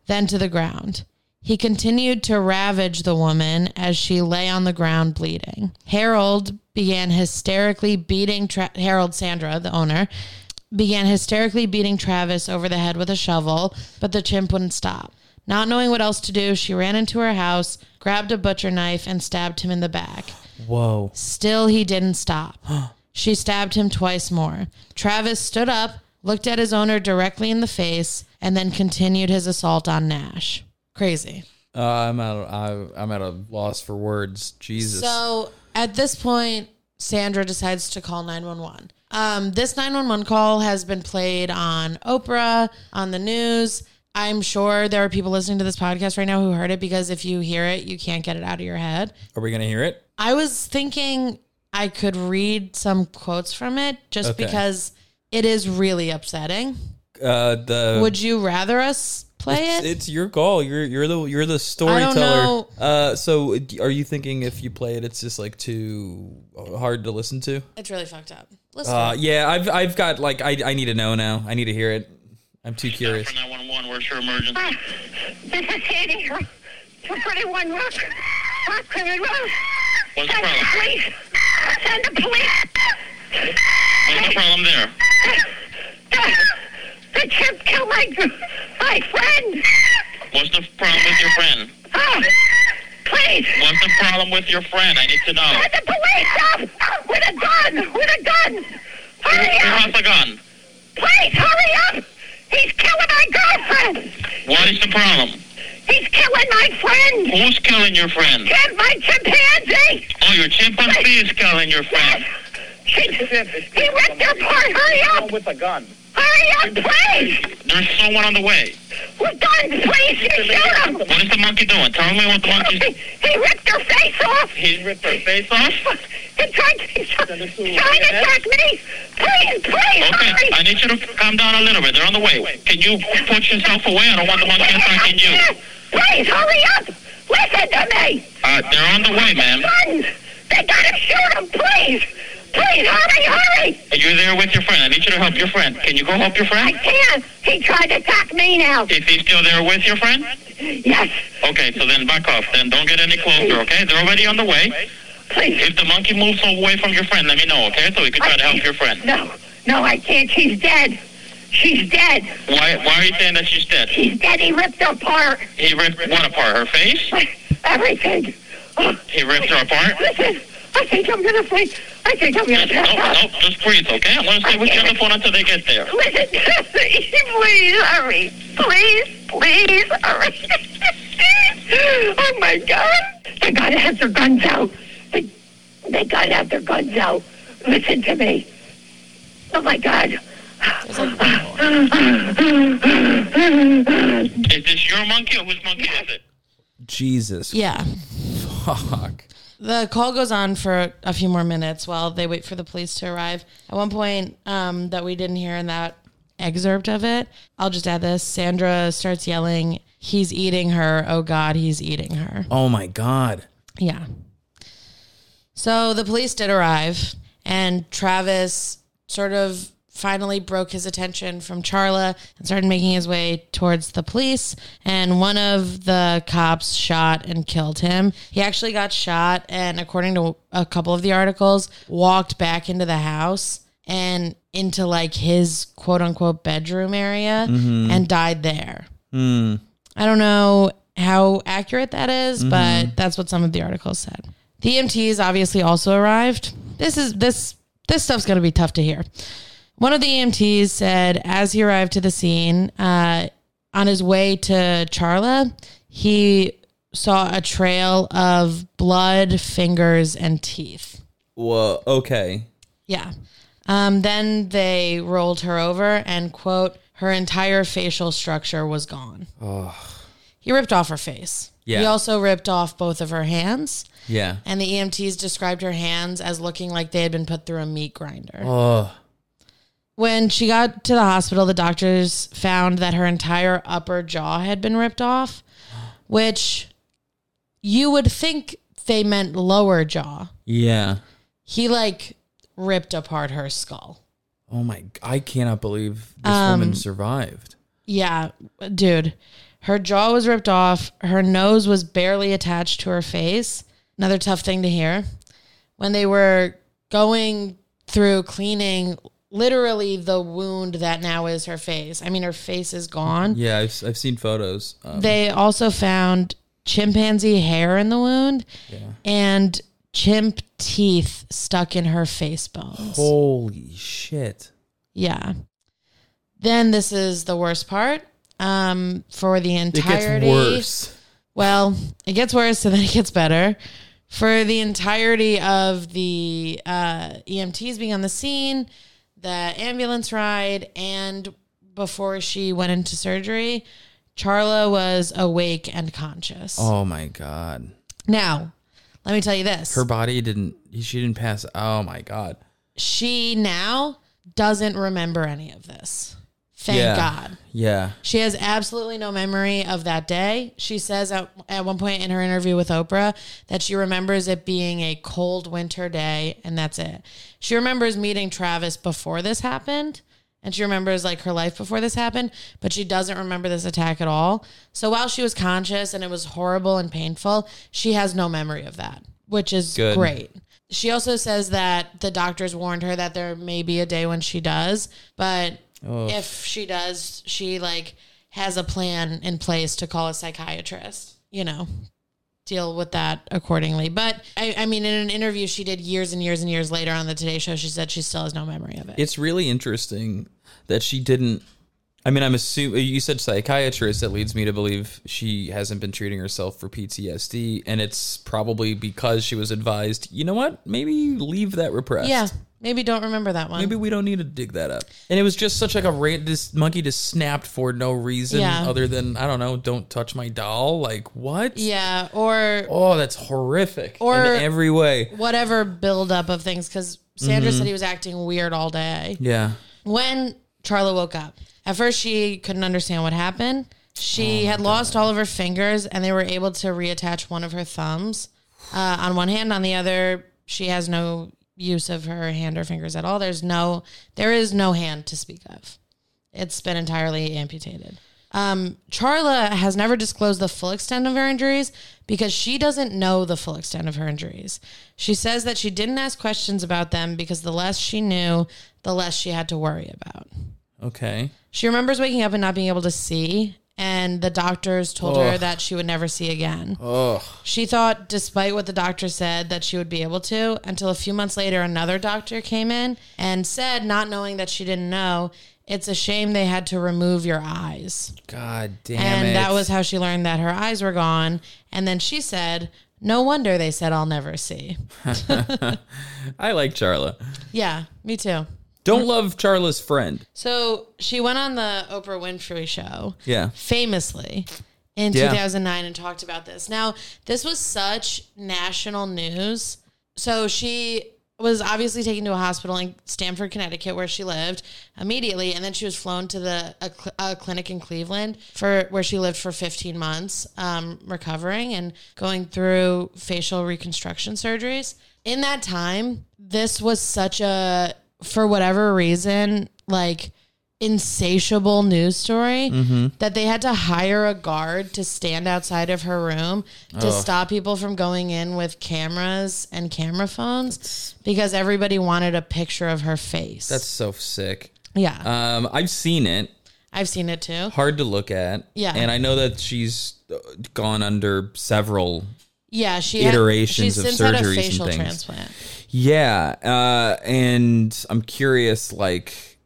S1: then to the ground. He continued to ravage the woman as she lay on the ground bleeding. Harold began hysterically beating Tra- Harold Sandra, the owner, began hysterically beating Travis over the head with a shovel, but the chimp wouldn't stop. Not knowing what else to do, she ran into her house, grabbed a butcher knife, and stabbed him in the back.
S2: Whoa.
S1: Still, he didn't stop. she stabbed him twice more. Travis stood up, looked at his owner directly in the face, and then continued his assault on Nash. Crazy.
S2: Uh, I'm at a, I, I'm at a loss for words. Jesus.
S1: So at this point, Sandra decides to call 911. Um, this 911 call has been played on Oprah, on the news. I'm sure there are people listening to this podcast right now who heard it because if you hear it, you can't get it out of your head.
S2: Are we gonna hear it?
S1: I was thinking I could read some quotes from it just
S2: Okay.
S1: because it is really upsetting.
S2: Uh, the
S1: Would you rather us play it?
S2: it's your call. You're you're the you're the
S1: don't
S2: storyteller.
S1: know.
S2: Uh, so d- are you thinking if you play it, it's just like too hard to listen to?
S1: It's really fucked up. Listen.
S2: Uh, yeah, I've I've got like I I need to know now. I need to hear it. I'm too curious.
S7: For 911, where's your emergency?
S8: This is Sandy from 41 Rock, Rock Clement Road.
S7: What's
S8: Send
S7: the
S8: the
S7: problem?
S8: police. Send the police.
S7: What's the problem there?
S8: The, the chip killed my, my friend.
S7: What's the problem with your friend?
S8: Oh, please.
S7: What's the problem with your friend? I need to know.
S8: Send the police up with a gun, with a gun.
S7: Who
S8: Hurry
S7: who
S8: up.
S7: has the gun?
S8: Please, hurry up. He's killing my girlfriend.
S7: What is the problem?
S8: He's killing my friend.
S7: Who's killing your friend?
S8: Get my chimpanzee.
S7: Oh, your chimpanzee is killing your friend.
S8: She, he ripped her apart. Hurry up.
S9: with a gun.
S8: Hurry up, please!
S7: There's someone on the way.
S8: We're done, please! You shoot him!
S7: What is the monkey doing? Tell me what the monkey's
S8: He, he ripped her face off!
S7: He ripped her face off?
S8: He tried to trying to attack me! Please, please,
S7: Okay,
S8: hurry!
S7: I need you to calm down a little bit. They're on the way. Can you put yourself away? I don't want the monkey attacking you.
S8: Please, hurry up! Listen to me!
S7: Uh, they're on the way, ma'am.
S8: Guns! They gotta shoot him, please! Please, hurry, hurry!
S7: Are you there with your friend? I need you to help your friend. Can you go help your
S8: I
S7: friend?
S8: can't! He tried to attack me now!
S7: Is he still there with your friend?
S8: Yes!
S7: Okay, so then back off. Then don't get any closer, okay? They're already on the way.
S8: Please!
S7: If the monkey moves away from your friend, let me know, okay? So we can try to help your friend.
S8: No, no, I can't. She's dead! She's dead!
S7: Why, why are you saying that she's dead?
S8: She's dead. He ripped her apart. [sighs]
S7: He ripped what apart? Her face?
S8: Everything. [sighs] Oh,
S7: He ripped her apart?
S8: listen, I think I'm gonna play. I think I'm gonna
S7: Nope,
S8: pass out.
S7: nope, just breathe, okay? I'm going to stay with you on the phone until they get there.
S8: Listen, [laughs] please hurry. Please, please hurry. [laughs] oh my God! They gotta have their guns out. They, they gotta have their guns out. Listen to me. Oh my God.
S7: Is this your monkey or whose monkey is it?
S2: Jesus.
S1: yeah.
S2: Fuck.
S1: The call goes on for a few more minutes while they wait for the police to arrive. At one point um, that we didn't hear in that excerpt of it, I'll just add this Sandra starts yelling, He's eating her. Oh God, he's eating her.
S2: Oh my god.
S1: Yeah. So the police did arrive, and Travis sort of finally broke his attention from Charla and started making his way towards the police. And one of the cops shot and killed him. He actually got shot, and according to a couple of the articles, walked back into the house and into like his quote unquote bedroom area and died there. I don't know how accurate that is, but that's what some of the articles said. The EMTs obviously also arrived. This is this this stuff's going to be tough to hear. One of the EMTs said as he arrived to the scene, uh, on his way to Charla, he saw a trail of blood, fingers, and teeth.
S2: Whoa. Okay.
S1: Yeah. Um, then they rolled her over and, quote, her entire facial structure was gone. He ripped off her face.
S2: Yeah.
S1: He also ripped off both of her hands.
S2: Yeah.
S1: And the EMTs described her hands as looking like they had been put through a meat grinder.
S2: Oh.
S1: When she got to the hospital, the doctors found that her entire upper jaw had been ripped off, which you would think they meant lower jaw.
S2: Yeah.
S1: He like ripped apart her skull.
S2: Oh my. I cannot believe this
S1: Um,
S2: woman survived.
S1: Yeah, dude. Her jaw was ripped off. Her nose was barely attached to her face. Another tough thing to hear. When they were going through cleaning literally the wound that now is her face. I mean, her face is gone.
S2: Yeah, I've, I've seen photos. Um,
S1: They also found chimpanzee hair in the wound and chimp teeth stuck in her face bones.
S2: holy shit.
S1: Yeah. Then this is the worst part. Um, for the
S2: It gets
S1: entirety.
S2: worse.
S1: Well, it gets worse and then it gets better. For the entirety of the uh, EMTs being on the scene, the ambulance ride, and before she went into surgery, Charla was awake and conscious.
S2: Oh my god.
S1: Now, let me tell you this.
S2: Her body didn't. She didn't pass. Oh my god.
S1: she now doesn't remember any of this. Thank
S2: yeah.
S1: God.
S2: Yeah.
S1: She has absolutely no memory of that day. She says at, at one point in her interview with Oprah that she remembers it being a cold winter day and that's it. She remembers meeting Travis before this happened and she remembers like her life before this happened, but she doesn't remember this attack at all. So while she was conscious and it was horrible and painful, she has no memory of that, which is
S2: Good.
S1: great. She also says that the doctors warned her that there may be a day when she does, but if she does, she like has a plan in place to call a psychiatrist, you know, deal with that accordingly. But I, I mean, in an interview she did years and years and years later on the Today Show, she said she still has no memory of it.
S2: It's really interesting that she didn't. I mean, I'm assuming you said psychiatrist. That leads me to believe she hasn't been treating herself for PTSD, and it's probably because she was advised. You know what? Maybe leave that repressed.
S1: yeah. Maybe don't remember that one.
S2: Maybe we don't need to dig that up. And it was just such like a rant. This monkey just snapped for no reason
S1: Yeah.
S2: other than I don't know. Don't touch my doll. Like what?
S1: Yeah. Or
S2: Oh, that's horrific.
S1: Or-
S2: in every way.
S1: whatever buildup of things because Sandra said he was acting weird all day.
S2: Yeah.
S1: When Charla woke up, at first she couldn't understand what happened. She had lost all of her fingers, and they were able to reattach one of her thumbs uh, on one hand. On the other, she has no use of her hand or fingers at all. There's no, there is no hand to speak of. It's been entirely amputated. Um, Charla has never disclosed the full extent of her injuries because she doesn't know the full extent of her injuries. She says that she didn't ask questions about them because the less she knew, the less she had to worry about.
S2: Okay.
S1: She remembers waking up and not being able to see, and the doctors told her
S2: Ugh.
S1: that she would never see again.
S2: Ugh.
S1: She thought, despite what the doctor said, that she would be able to until a few months later, another doctor came in and said, not knowing that she didn't know, it's a shame they had to remove your eyes.
S2: God damn
S1: and
S2: it.
S1: that was how she learned that her eyes were gone. And then she said, no wonder they said, I'll never see.
S2: I like Charla.
S1: Yeah, me too.
S2: Don't love Charla's friend.
S1: So she went on the Oprah Winfrey show.
S2: Yeah.
S1: famously in
S2: Yeah.
S1: 2009 and talked about this. Now, this was such national news. So she was obviously taken to a hospital in Stamford, Connecticut, where she lived immediately, and then she was flown to the a, cl- a clinic in Cleveland for where she lived for 15 months, um, recovering and going through facial reconstruction surgeries. In that time, this was such a for whatever reason, like insatiable news story that they had to hire a guard to stand outside of her room to stop people from going in with cameras and camera phones because everybody wanted a picture of her face.
S2: That's so sick.
S1: yeah.
S2: Um, I've seen it.
S1: I've seen it too.
S2: Hard to look at.
S1: Yeah.
S2: And I know that she's uh, gone under several.
S1: Yeah, she
S2: Iterations
S1: had,
S2: of
S1: she's since had a
S2: surgeries and
S1: facial
S2: things.
S1: transplant.
S2: Yeah. Uh, and I'm curious, like,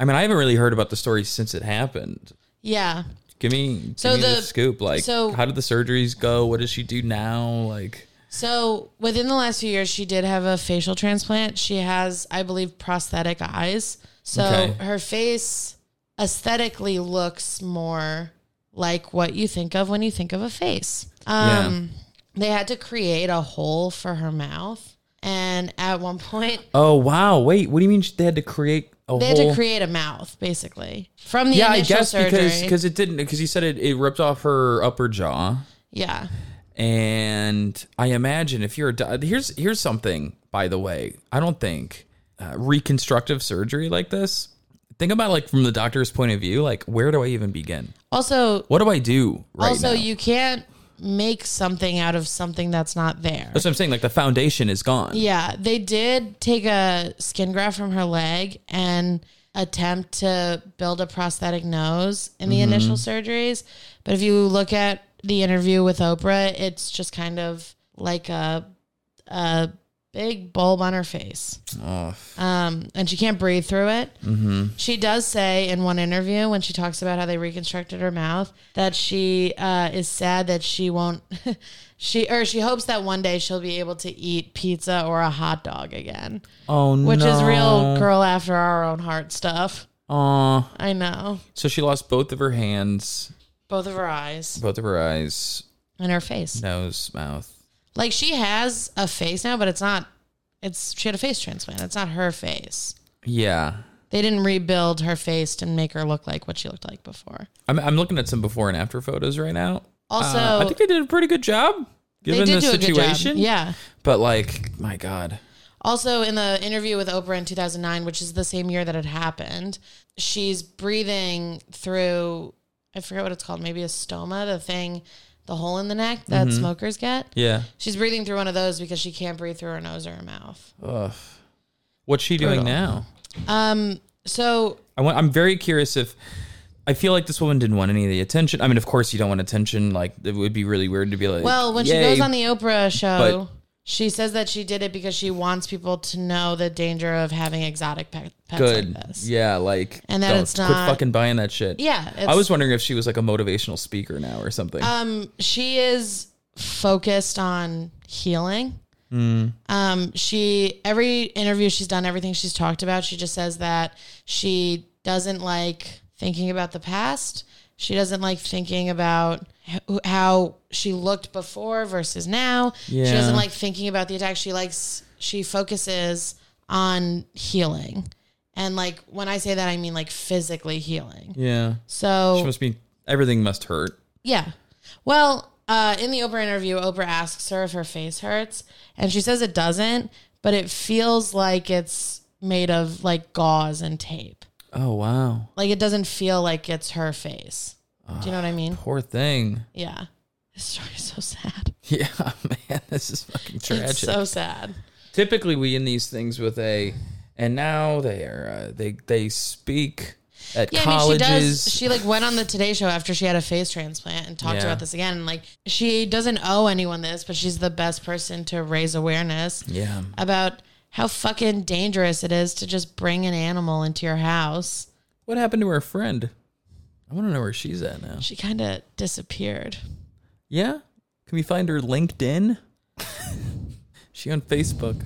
S2: I mean, I haven't really heard about the story since it happened.
S1: Yeah.
S2: Give me,
S1: So
S2: give me the,
S1: the-
S2: scoop. Like,
S1: so-
S2: how did the surgeries go? What does she do now? Like,
S1: So within the last few years, she did have a facial transplant. She has, I believe, prosthetic eyes. So
S2: Okay.
S1: her face aesthetically looks more like what you think of when you think of a face. Um, They had to create a hole for her mouth. And at one point,
S2: oh, wow. Wait, what do you mean she- they had to create a
S1: they
S2: whole.
S1: had to create a mouth, basically, from the
S2: yeah, I
S1: initial
S2: guess
S1: surgery.
S2: because because it didn't because you said it, it ripped off her upper jaw.
S1: yeah.
S2: And I imagine if you're a do- here's here's something by the way, I don't think uh, reconstructive surgery like this. Think about like from the doctor's point of view, like where do I even begin?
S1: Also,
S2: What do I do right
S1: also
S2: now?
S1: you can't make something out of something that's not there.
S2: That's what I'm saying. Like the foundation is gone.
S1: Yeah, they did take a skin graft from her leg and attempt to build a prosthetic nose in the initial surgeries. But if you look at the interview with Oprah, it's just kind of like a a big bulb on her face.
S2: Oh,
S1: Um, and she can't breathe through it. She does say in one interview when she talks about how they reconstructed her mouth that she uh, is sad that she won't. [laughs] she or she hopes that one day she'll be able to eat pizza or a hot dog again,
S2: oh no.
S1: which is real girl after our own heart stuff.
S2: Aw.
S1: I know.
S2: So she lost both of her hands,
S1: Both of her eyes
S2: both of her eyes,
S1: and her face.
S2: nose, mouth.
S1: Like she has a face now, but it's not. It's she had a face transplant. It's not her face.
S2: Yeah.
S1: They didn't rebuild her face and make her look like what she looked like before.
S2: I'm, I'm looking at some before and after photos right now.
S1: Also,
S2: Uh, I think they did a pretty good job given the situation.
S1: Yeah.
S2: But like, my God.
S1: Also, in the interview with Oprah in 2009, which is the same year that it happened, she's breathing through, I forget what it's called, maybe a stoma, the thing, the hole in the neck that smokers get.
S2: Mm-hmm. Yeah.
S1: She's breathing through one of those because she can't breathe through her nose or her mouth.
S2: Ugh. What's she doing now?
S1: Um, so
S2: I want, I'm very curious if I feel like this woman didn't want any of the attention. I mean, of course, you don't want attention. Like, it would be really weird to be like,
S1: Well, when she
S2: "Yay."
S1: goes on the Oprah show, she says that she did it because she wants people to know the danger of having exotic pet, pets
S2: good,
S1: like this.
S2: yeah, like,
S1: And that
S2: don't-
S1: it's
S2: quit
S1: not-
S2: fucking buying that shit.
S1: Yeah,
S2: I
S1: it's-
S2: was wondering if she was like a motivational speaker now or something.
S1: Um, she is focused on healing.
S2: Mm.
S1: Um, she every interview she's done, everything she's talked about, she just says that she doesn't like thinking about the past. She doesn't like thinking about h- how she looked before versus now. She
S2: Yeah.
S1: doesn't like thinking about the attack. She likes she focuses on healing. And like when I say that I mean like physically healing.
S2: yeah,
S1: So
S2: she must be. Everything must hurt.
S1: yeah. Well, uh, in the Oprah interview, Oprah asks her if her face hurts, and she says it doesn't, but it feels like it's made of like gauze and tape.
S2: Oh wow,
S1: Like it doesn't feel like it's her face. Do you know what I mean?
S2: poor thing.
S1: Yeah. This story's so sad.
S2: [laughs] Yeah, man, this is fucking tragic.
S1: It's so sad.
S2: Typically, we end these things with a, and now they are uh, they they speak at
S1: Yeah,
S2: colleges.
S1: I mean, she does. She like went on the Today Show after she had a face transplant and talked
S2: Yeah.
S1: about this again. And like, she doesn't owe anyone this, but she's the best person to raise awareness.
S2: yeah,
S1: about how fucking dangerous it is to just bring an animal into your house.
S2: What happened to her friend? I want to know where she's at now.
S1: She kind of disappeared.
S2: Yeah? Can we find her LinkedIn? [laughs] she on Facebook.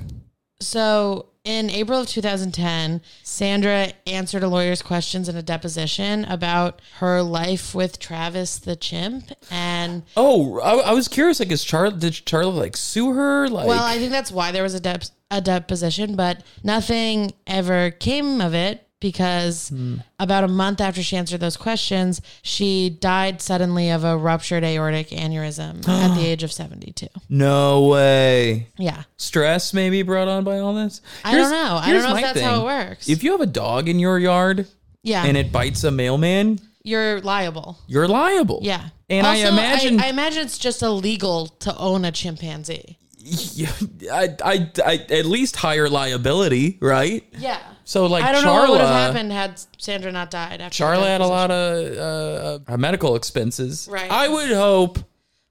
S1: So, in April of 2010, Sandra answered a lawyer's questions in a deposition about her life with Travis the chimp. And
S2: Oh, I, I was curious. Like, is Charlie? Did Charlie like sue her? Like,
S1: well, I think that's why there was a, dep- a deposition, but nothing ever came of it because
S2: Hmm.
S1: about a month after she answered those questions, she died suddenly of a ruptured aortic
S2: [gasps]
S1: aneurysm at the age of 72.
S2: no way.
S1: Yeah.
S2: Stress maybe brought on by all this.
S1: I don't know. I don't
S2: here's
S1: know if
S2: my
S1: that's how it works.
S2: If you have a dog in your yard
S1: Yeah.
S2: and it bites a mailman,
S1: You're liable.
S2: you're liable.
S1: Yeah.
S2: And I
S1: Also,
S2: imagine
S1: I, imagine it's just illegal to own a chimpanzee.
S2: [laughs] Yeah, I, I, I, at least higher liability, right?
S1: Yeah.
S2: So like,
S1: I don't know
S2: Charla,
S1: what would have happened had Sandra not died after
S2: Charlie
S1: the
S2: had a
S1: deposition.
S2: lot of uh, uh, medical expenses.
S1: Right.
S2: I would hope.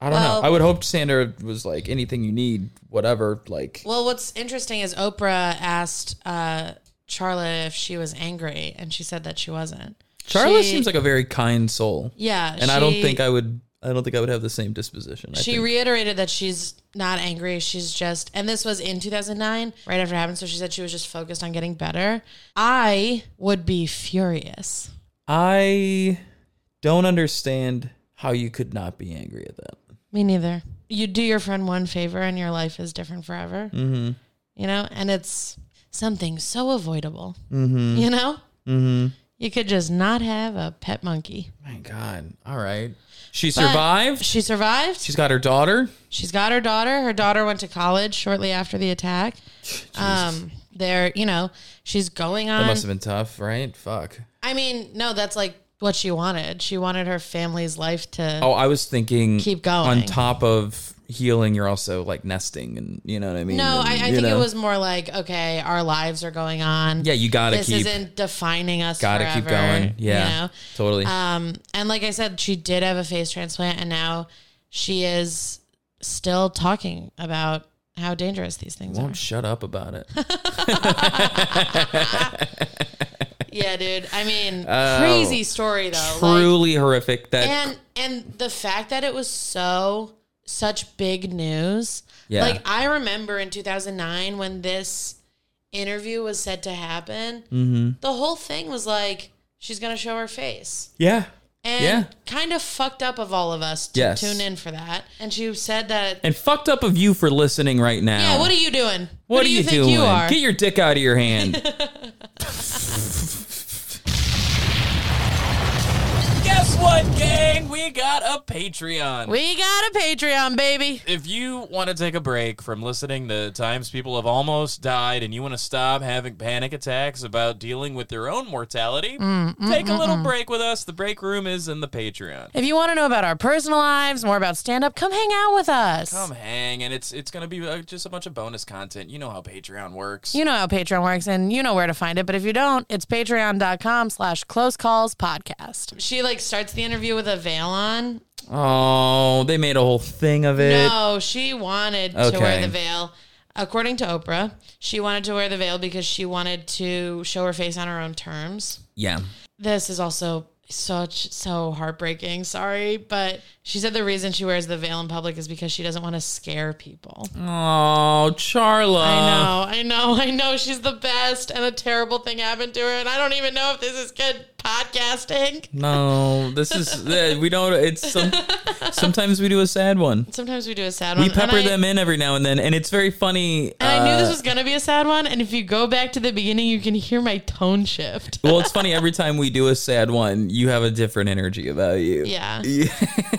S2: I don't
S1: Well-
S2: know. I would hope Sandra was like anything you need, whatever. Like,
S1: Well, what's interesting is Oprah asked uh, Charlotte if she was angry, and she said that she wasn't.
S2: Charlotte
S1: she-
S2: seems like a very kind soul.
S1: Yeah,
S2: And I don't
S1: she-
S2: think I would. I don't think I would have the same disposition. I
S1: She
S2: think.
S1: reiterated that she's not angry. She's just, and this was in 2009, right after it happened. So she said she was just focused on getting better. I would be furious.
S2: I don't understand how you could not be angry at that.
S1: Me neither. You do your friend one favor, and your life is different forever. Mm-hmm. You know, and it's something so avoidable. Mm-hmm. You know, mm-hmm. you could just not have a pet monkey.
S2: My God. All right. She
S1: But
S2: survived.
S1: She survived.
S2: She's got her daughter.
S1: She's got her daughter. Her daughter went to college shortly after the attack. Um, they're, you know, she's going
S2: That
S1: on.
S2: must have been tough, right? Fuck.
S1: I mean, no, that's like what she wanted. She wanted her family's life to.
S2: Oh, I was thinking
S1: Keep going.
S2: on top of healing. You're also like nesting, and you know what I mean.
S1: no,
S2: And,
S1: I, I
S2: you
S1: think it
S2: know.
S1: was more like okay, our lives are going on.
S2: Yeah, you gotta
S1: this
S2: keep
S1: isn't defining us.
S2: gotta keep
S1: forever,
S2: going. Yeah,
S1: you know?
S2: totally.
S1: Um, and like I said, she did have a face transplant, and now she is still talking about how dangerous these things
S2: Won't
S1: are.
S2: shut up
S1: [laughs]
S2: about it.
S1: Yeah, dude. I
S2: [laughs]
S1: mean,
S2: Oh,
S1: crazy story though. Like,
S2: Truly horrific. That
S1: and and the fact that it was so such big news.
S2: Yeah.
S1: Like I remember in 2009 when this interview was said to happen,
S2: Mm-hmm.
S1: the whole thing was like she's going to show her face.
S2: yeah,
S1: And
S2: Yeah.
S1: kind of fucked up of all of us to
S2: Yes.
S1: tune in for that. And she said that
S2: and fucked up of you for listening right now.
S1: Yeah, what are you doing? Who
S2: What are you
S1: think
S2: doing?
S1: you are?
S2: Get your dick out of
S1: [laughs]
S2: your hand.
S4: Guess what, gang? We got a Patreon.
S1: we got a Patreon, baby.
S4: if you want to take a break from listening to times people have almost died and you want to stop having panic attacks about dealing with your own mortality,
S1: Mm,
S4: take a little break with us. The break room is in the Patreon.
S1: If you want to know about our personal lives, more about stand up, come hang out with us.
S4: Come hang, and it's it's gonna be uh, just a bunch of bonus content. You know how Patreon works.
S1: You know how Patreon works and you know where to find it, but if you don't, it's patreon.com slash close calls podcast. She like starts the interview with a veil on.
S2: Oh, they made a whole thing of it.
S1: No, she wanted to wear
S2: Okay.
S1: the veil. According to Oprah, she wanted to wear the veil because she wanted to show her face on her own terms.
S2: Yeah.
S1: This is also such so heartbreaking. Sorry, but she said the reason she wears the veil in public is because she doesn't want to scare people.
S2: Oh, Charla.
S1: I know, I know, I know. She's the best, and a terrible thing happened to her, and I don't even know if this is good podcasting.
S2: No,
S1: [laughs]
S2: this is eh, we don't. It's some, sometimes we do a sad one.
S1: Sometimes we do a sad
S2: We
S1: one.
S2: pepper
S1: and I,
S2: them in every now and then, and it's very funny.
S1: And I knew this
S2: uh,
S1: was gonna be a sad one, and if you go back to the beginning, you can hear my tone shift.
S2: well, it's funny every time we do a sad one, you have a different energy about you.
S1: Yeah.
S2: [laughs]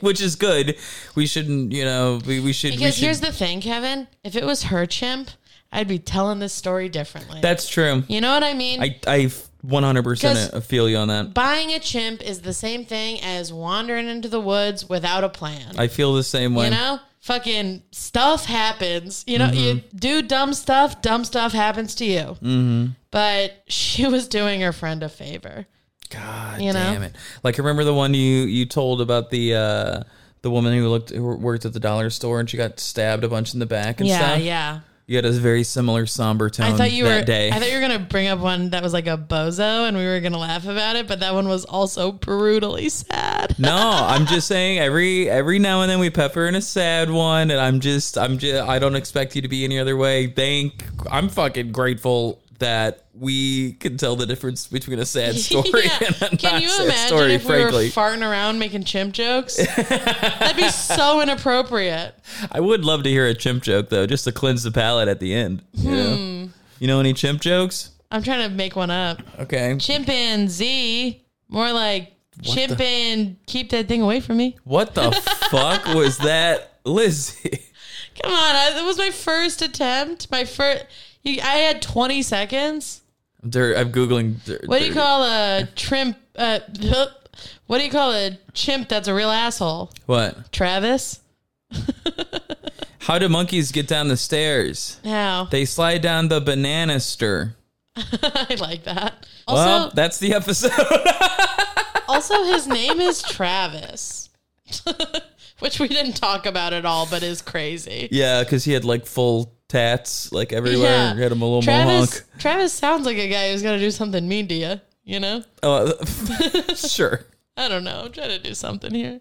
S2: Which is good. We shouldn't, you know, we, we should. we
S1: Because
S2: should
S1: here's the thing, Kevin. If it was her chimp, I'd be telling this story differently.
S2: that's true.
S1: you know what I mean?
S2: I, I 100%
S1: Because-
S2: feel you on that.
S1: Buying a chimp is the same thing as wandering into the woods without a plan.
S2: I feel the same way.
S1: You know, fucking stuff happens. You know, you
S2: Mm-hmm.
S1: do dumb stuff, dumb stuff happens to you. Mm-hmm. But she [laughs] was doing her friend a favor.
S2: God
S1: You know?
S2: damn it! Like remember the one you you told about the uh the woman who looked who worked at the dollar store and she got stabbed a bunch in the back and
S1: Yeah,
S2: stuff.
S1: yeah.
S2: You had a very similar somber tone.
S1: I thought you
S2: that
S1: were.
S2: day.
S1: I thought you were gonna bring up one that was like a bozo, and we were gonna laugh about it. But that one was also brutally sad. [laughs]
S2: no, I'm just saying every every now and then we pepper in a sad one, and I'm just I'm just I don't expect you to be any other way. Thank I'm fucking grateful that we can tell the difference between
S1: [laughs]
S2: a sad story
S1: Yeah.
S2: and a
S1: Can
S2: not
S1: you
S2: sad
S1: imagine
S2: story.
S1: if we
S2: frankly,
S1: were farting around making chimp
S2: [laughs]
S1: jokes? That'd be so inappropriate.
S2: I would love to hear a chimp joke though, just to cleanse the palate at the end. You
S1: Hmm.
S2: know, you know any chimp jokes?
S1: I'm trying to make one up.
S2: Okay.
S1: chimpanzee. More like chimpan. Keep that thing away from me. [laughs]
S2: What the fuck was that, Lizzie? [laughs]
S1: Come on, I, that was my first attempt. My first. You, I had 20 seconds.
S2: I'm, dirt, I'm googling. Dirt,
S1: What do you call a trimp? Uh, [laughs] what do you call a chimp that's a real asshole?
S2: What?
S1: Travis.
S2: How do monkeys get down the stairs?
S1: [laughs] How
S2: They slide down the banana stir.
S1: I like that. Also,
S2: Well, [laughs] that's the episode.
S1: also his name is Travis, [laughs] which we didn't talk about at all, but is crazy.
S2: yeah, because he had like full tats like everywhere.
S1: Yeah.
S2: He had him a little
S1: Travis,
S2: mohawk.
S1: Travis sounds like a guy who's gonna do something mean to you. You know.
S2: [laughs] Oh, sure.
S1: I don't know. I'm trying to do something here.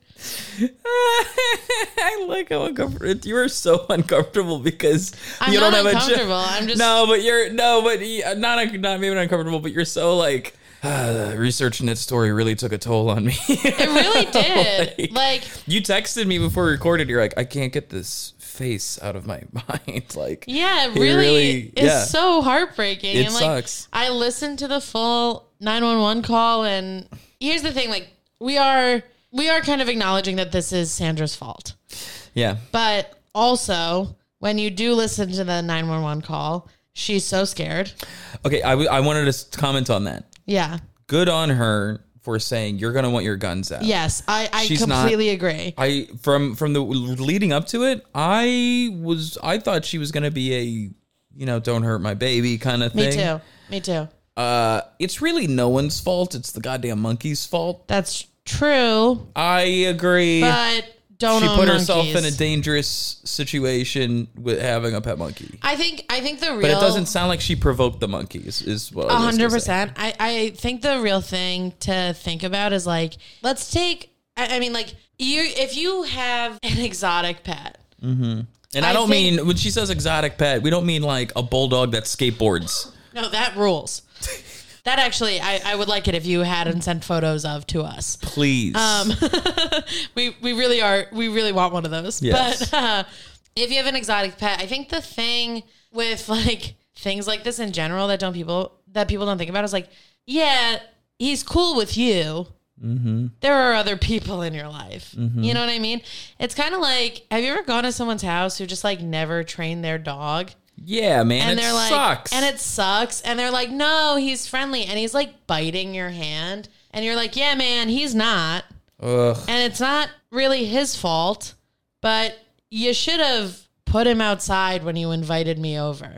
S2: I like how uncomfortable you are. So uncomfortable because
S1: I'm
S2: you
S1: not
S2: don't have
S1: uncomfortable.
S2: a. jo-
S1: I'm just-
S2: no, but you're no, but you- not un- not even uncomfortable. But you're so like [sighs] "Ah, researching that story really took a toll on me. [laughs]
S1: It really did. like,
S2: you texted me before we recorded. You're like, I can't get this face out of my [laughs] mind. Like,
S1: yeah, it
S2: He
S1: really,
S2: really-
S1: is
S2: yeah.
S1: so heartbreaking.
S2: It
S1: and like,
S2: sucks.
S1: I listened to the full 911 call, and here's the thing: like, we are we are kind of acknowledging that this is Sandra's fault,
S2: yeah,
S1: but also when you do listen to the 911 call, she's so scared.
S2: okay. I w- I wanted to s- comment on that.
S1: Yeah,
S2: Good on her for saying you're gonna want your guns out.
S1: Yes, I, I
S2: She's not-
S1: completely agree.
S2: I from from the leading up to it, I was I thought she was gonna be a you know don't hurt my baby kind of
S1: Me
S2: thing.
S1: too. Me too.
S2: Uh, it's really no one's fault. It's the goddamn monkey's fault.
S1: That's true,
S2: I agree.
S1: but don't
S2: she
S1: own
S2: put herself in
S1: monkeys.
S2: a dangerous situation with having a pet monkey.
S1: I think I think the real
S2: But it doesn't sound like she provoked the monkeys. Is what I
S1: A
S2: was
S1: hundred
S2: gonna say.
S1: percent. I, I think the real thing to think about is like, let's take. I, I mean, like you, if you have an exotic pet,
S2: And I,
S1: I
S2: don't
S1: think-
S2: mean when she says exotic pet, we don't mean like a bulldog that skateboards.
S1: no, that
S2: [laughs]
S1: rules. that actually, I, I would like it if you had and sent photos of to us.
S2: Please.
S1: Um, we we really are we really want one of those.
S2: Yes.
S1: But uh, if you have an exotic pet, I think the thing with [laughs] like things like this in general that don't people that people don't think about is like, yeah, he's cool with you. There are other people in your life. You know what I mean? It's kind of like, have you ever gone to someone's house who just like never trained their dog?
S2: yeah, man.
S1: and
S2: it
S1: they're like
S2: sucks.
S1: and it sucks and they're like no he's friendly and he's like biting your hand and you're like yeah man he's not
S2: Ugh.
S1: and it's not really his fault but you should have put him outside when you invited me over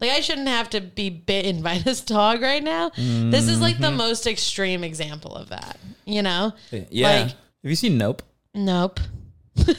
S1: like i shouldn't have to be bitten [laughs] by this dog right now this is like the
S2: Mm-hmm.
S1: most extreme example of that you know
S2: yeah.
S1: like-
S2: Have you seen Nope?
S1: nope
S2: All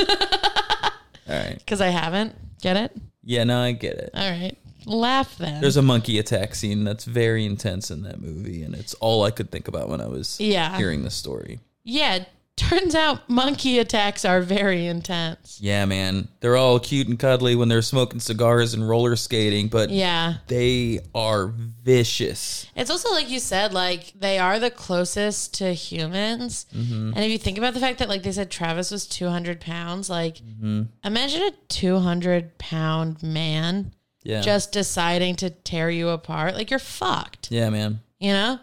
S2: right.
S1: because i haven't get it
S2: Yeah, no, I get it.
S1: all right laugh then
S2: There's a monkey attack scene that's very intense in that movie, and it's all I could think about when I was
S1: Yeah.
S2: hearing the story.
S1: yeah turns out monkey attacks are very intense
S2: Yeah, man. They're all cute and cuddly when they're smoking cigars and roller skating, but
S1: Yeah.
S2: they are vicious.
S1: It's also like you said, like they are the closest to humans.
S2: Mm-hmm.
S1: And if you think about the fact that, like they said, Travis was 200 pounds, like
S2: Mm-hmm.
S1: imagine a 200 pound man
S2: Yeah.
S1: just deciding to tear you apart. Like you're fucked,
S2: Yeah, Mm-hmm. man.
S1: you know?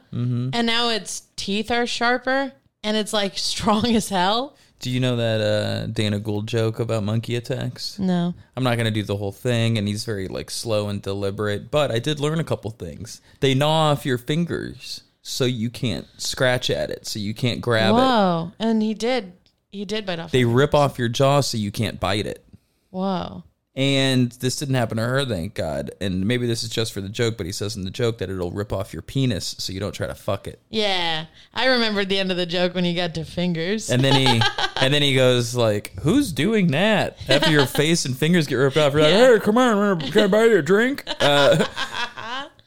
S1: And now its teeth are sharper and it's like [laughs] strong as hell.
S2: Do you know that uh, Dana Gould joke about monkey attacks?
S1: No.
S2: I'm not gonna do the whole thing, and he's very like slow and deliberate. But I did learn a couple things. They gnaw off your fingers so you can't scratch at it, so you can't grab it.
S1: Whoa. And he did. He did bite off.
S2: They rip off your jaw so you can't bite it.
S1: Whoa.
S2: And this didn't happen to her, thank God. And maybe this is just for the joke, but he says in the joke that it'll rip off your penis so you don't try to fuck it.
S1: Yeah. I remembered the end of the joke when he got to fingers.
S2: [laughs] And then he and then he goes like, "Who's doing that?" After your face and fingers get ripped off, you're like, "Hey, come on, can I buy you
S1: [laughs]
S2: a drink?" Uh,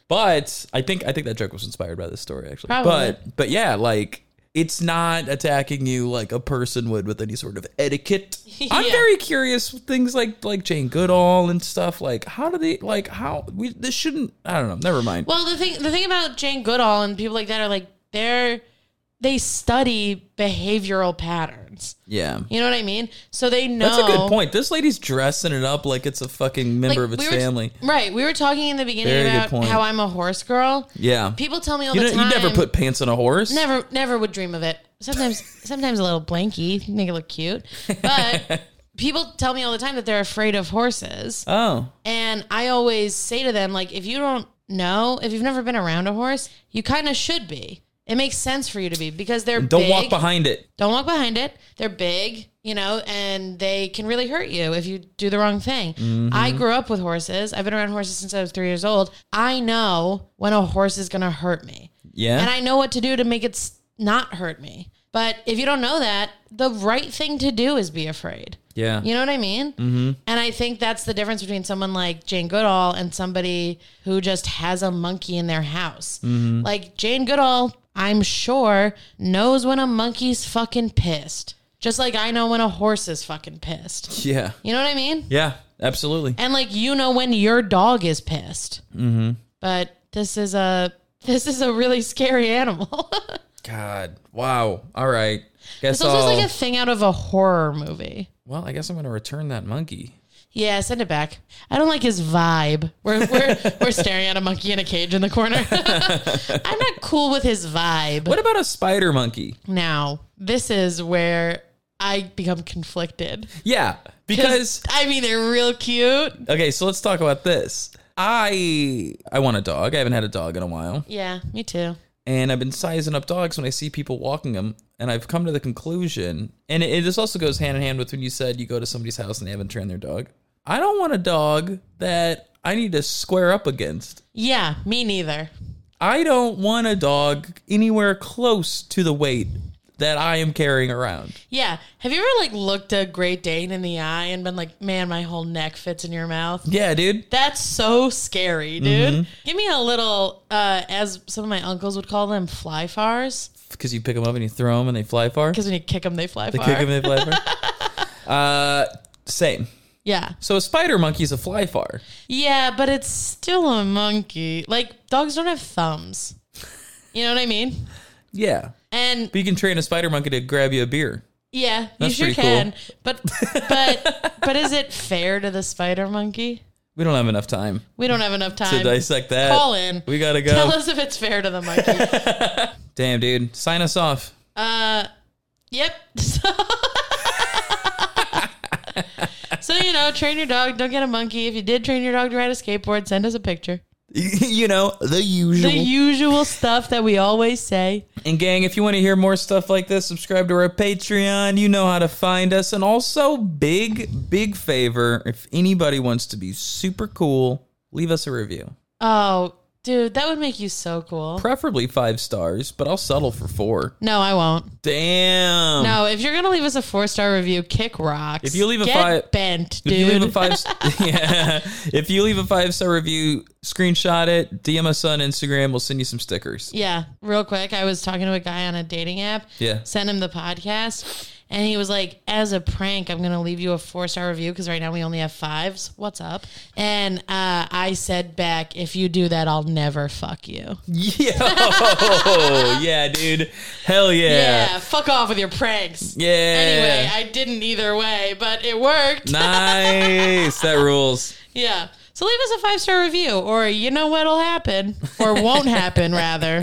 S2: but I think I think that joke was inspired by this story actually.
S1: Probably.
S2: But but yeah, like it's not attacking you like a person would with any sort of
S1: [laughs]
S2: etiquette. I'm
S1: Yeah.
S2: very curious with things like like Jane Goodall and stuff. Like how do they like how we this shouldn't I don't know. Never mind.
S1: Well, the thing the thing about Jane Goodall and people like that are like they're they study behavioral patterns.
S2: yeah.
S1: You know what I mean? So they know
S2: That's a good point. This lady's dressing it up like it's a fucking member
S1: Like,
S2: of its
S1: we were-
S2: family.
S1: right? We were talking in the beginning
S2: Very good
S1: about
S2: point.
S1: how I'm a horse girl.
S2: Yeah.
S1: People tell me all
S2: You,
S1: the
S2: know, you
S1: time.
S2: never put pants on a horse.
S1: never never would dream of it. Sometimes
S2: [laughs]
S1: sometimes a little blanky make it look cute,
S2: [laughs]
S1: but people tell me all the time that they're afraid of horses.
S2: Oh,
S1: And I always say to them, like, if you don't know, if you've never been around a horse, you kind of should be. It makes sense for you to be because they're
S2: don't
S1: big.
S2: walk behind it.
S1: Don't walk behind it. They're big, you know, and they can really hurt you if you do the wrong thing. I
S2: Mm-hmm.
S1: grew up with horses. I've been around horses since I was three years old. I know when a horse is going to hurt me,
S2: Yeah.
S1: and I know what to do to make it s- not hurt me. But if you don't know that, the right thing to do is be afraid.
S2: yeah.
S1: You know what I mean? Mm-hmm. And I think that's the difference between someone like Jane Goodall and somebody who just has a monkey in their house. Like Jane Goodall, I'm sure, knows when a monkey's fucking pissed, just like I know when a horse is fucking pissed.
S2: yeah.
S1: You know what I mean?
S2: Yeah. Absolutely.
S1: And like you know when your dog is pissed. Mm-hmm. But this is a this is a really scary [laughs] animal.
S2: God. Wow. All right. Guess
S1: this also
S2: I'll-
S1: is like a thing out of a horror movie.
S2: well, I guess I'm going to return that monkey.
S1: Yeah, send it back. I don't like his vibe. We're we're,
S2: [laughs]
S1: we're staring at a monkey in a cage in the corner. [laughs] I'm not cool with his vibe.
S2: What about a spider monkey?
S1: Now, this is where I become conflicted. [laughs]
S2: Yeah. Because
S1: I mean, they're real cute.
S2: okay, so let's talk about this. I I want a dog. I haven't had a dog in a while.
S1: Yeah, me too.
S2: and I've been sizing up dogs when I see people walking them, and I've come to the conclusion, and it, it- this also goes hand in hand with when you said you go to somebody's house and they haven't trained their dog. I don't want a dog that I need to square up against.
S1: Yeah, me neither.
S2: I don't want a dog anywhere close to the weight that I am carrying around.
S1: Yeah. Have you ever like looked a Great Dane in the eye and been like, man, my whole neck fits in your mouth?
S2: Yeah, dude.
S1: That's so scary, dude.
S2: Mm-hmm.
S1: Give me a little, uh, as some of my uncles would call them, fly fars.
S2: Because you pick them up and you throw them and they fly far.
S1: Because when you kick them, they fly
S2: They
S1: far.
S2: kick them and they fly far. [laughs] uh, same.
S1: yeah.
S2: So a spider monkey's a fly far.
S1: Yeah, but it's still a monkey. Like, dogs don't have thumbs. You know what I mean?
S2: Yeah.
S1: And
S2: But you can train a spider monkey to grab you a beer.
S1: yeah, you
S2: That's
S1: sure
S2: pretty
S1: can.
S2: [laughs]
S1: But but but is it fair to the spider monkey?
S2: We don't have enough time
S1: We don't have enough time
S2: to dissect that.
S1: Call in.
S2: We gotta go.
S1: Tell us if it's fair to the monkey.
S2: [laughs] Damn, dude. Sign us off.
S1: yep. [laughs] So, So, you know, train your dog. Don't get a monkey. If you did train your dog to ride a skateboard, send us a picture.
S2: [laughs] you know, the usual.
S1: The usual stuff that we always say.
S2: And gang, if you want to hear more stuff like this, subscribe to our Patreon. You know how to find us. And also, big, big favor, if anybody wants to be super cool, leave us a review.
S1: Oh, dude, that would make you so cool.
S2: Preferably five stars, but I'll settle for four.
S1: No, I won't.
S2: Damn.
S1: No, if you're gonna leave us a four star review, kick rocks.
S2: Um, If you leave a
S1: Get
S2: five-
S1: bent,
S2: If
S1: dude.
S2: you leave a five,
S1: [laughs]
S2: [laughs] yeah. If you leave a five star review, screenshot it, DM us on Instagram. We'll send you some stickers.
S1: yeah, real quick. I was talking to a guy on a dating app.
S2: Yeah.
S1: Sent him the podcast, and he was like, "As a prank, I'm gonna leave you a four star review because right now we only have fives. What's up?" And uh, I said back, "If you do that, I'll never fuck you."
S2: Yo, yeah, [laughs] dude. Hell
S1: Yeah,
S2: yeah.
S1: fuck off with your pranks.
S2: Yeah.
S1: Anyway, I didn't either way, but it worked.
S2: nice. That rules.
S1: Yeah. So leave us a five star review, or you know what'll happen, or won't happen, rather.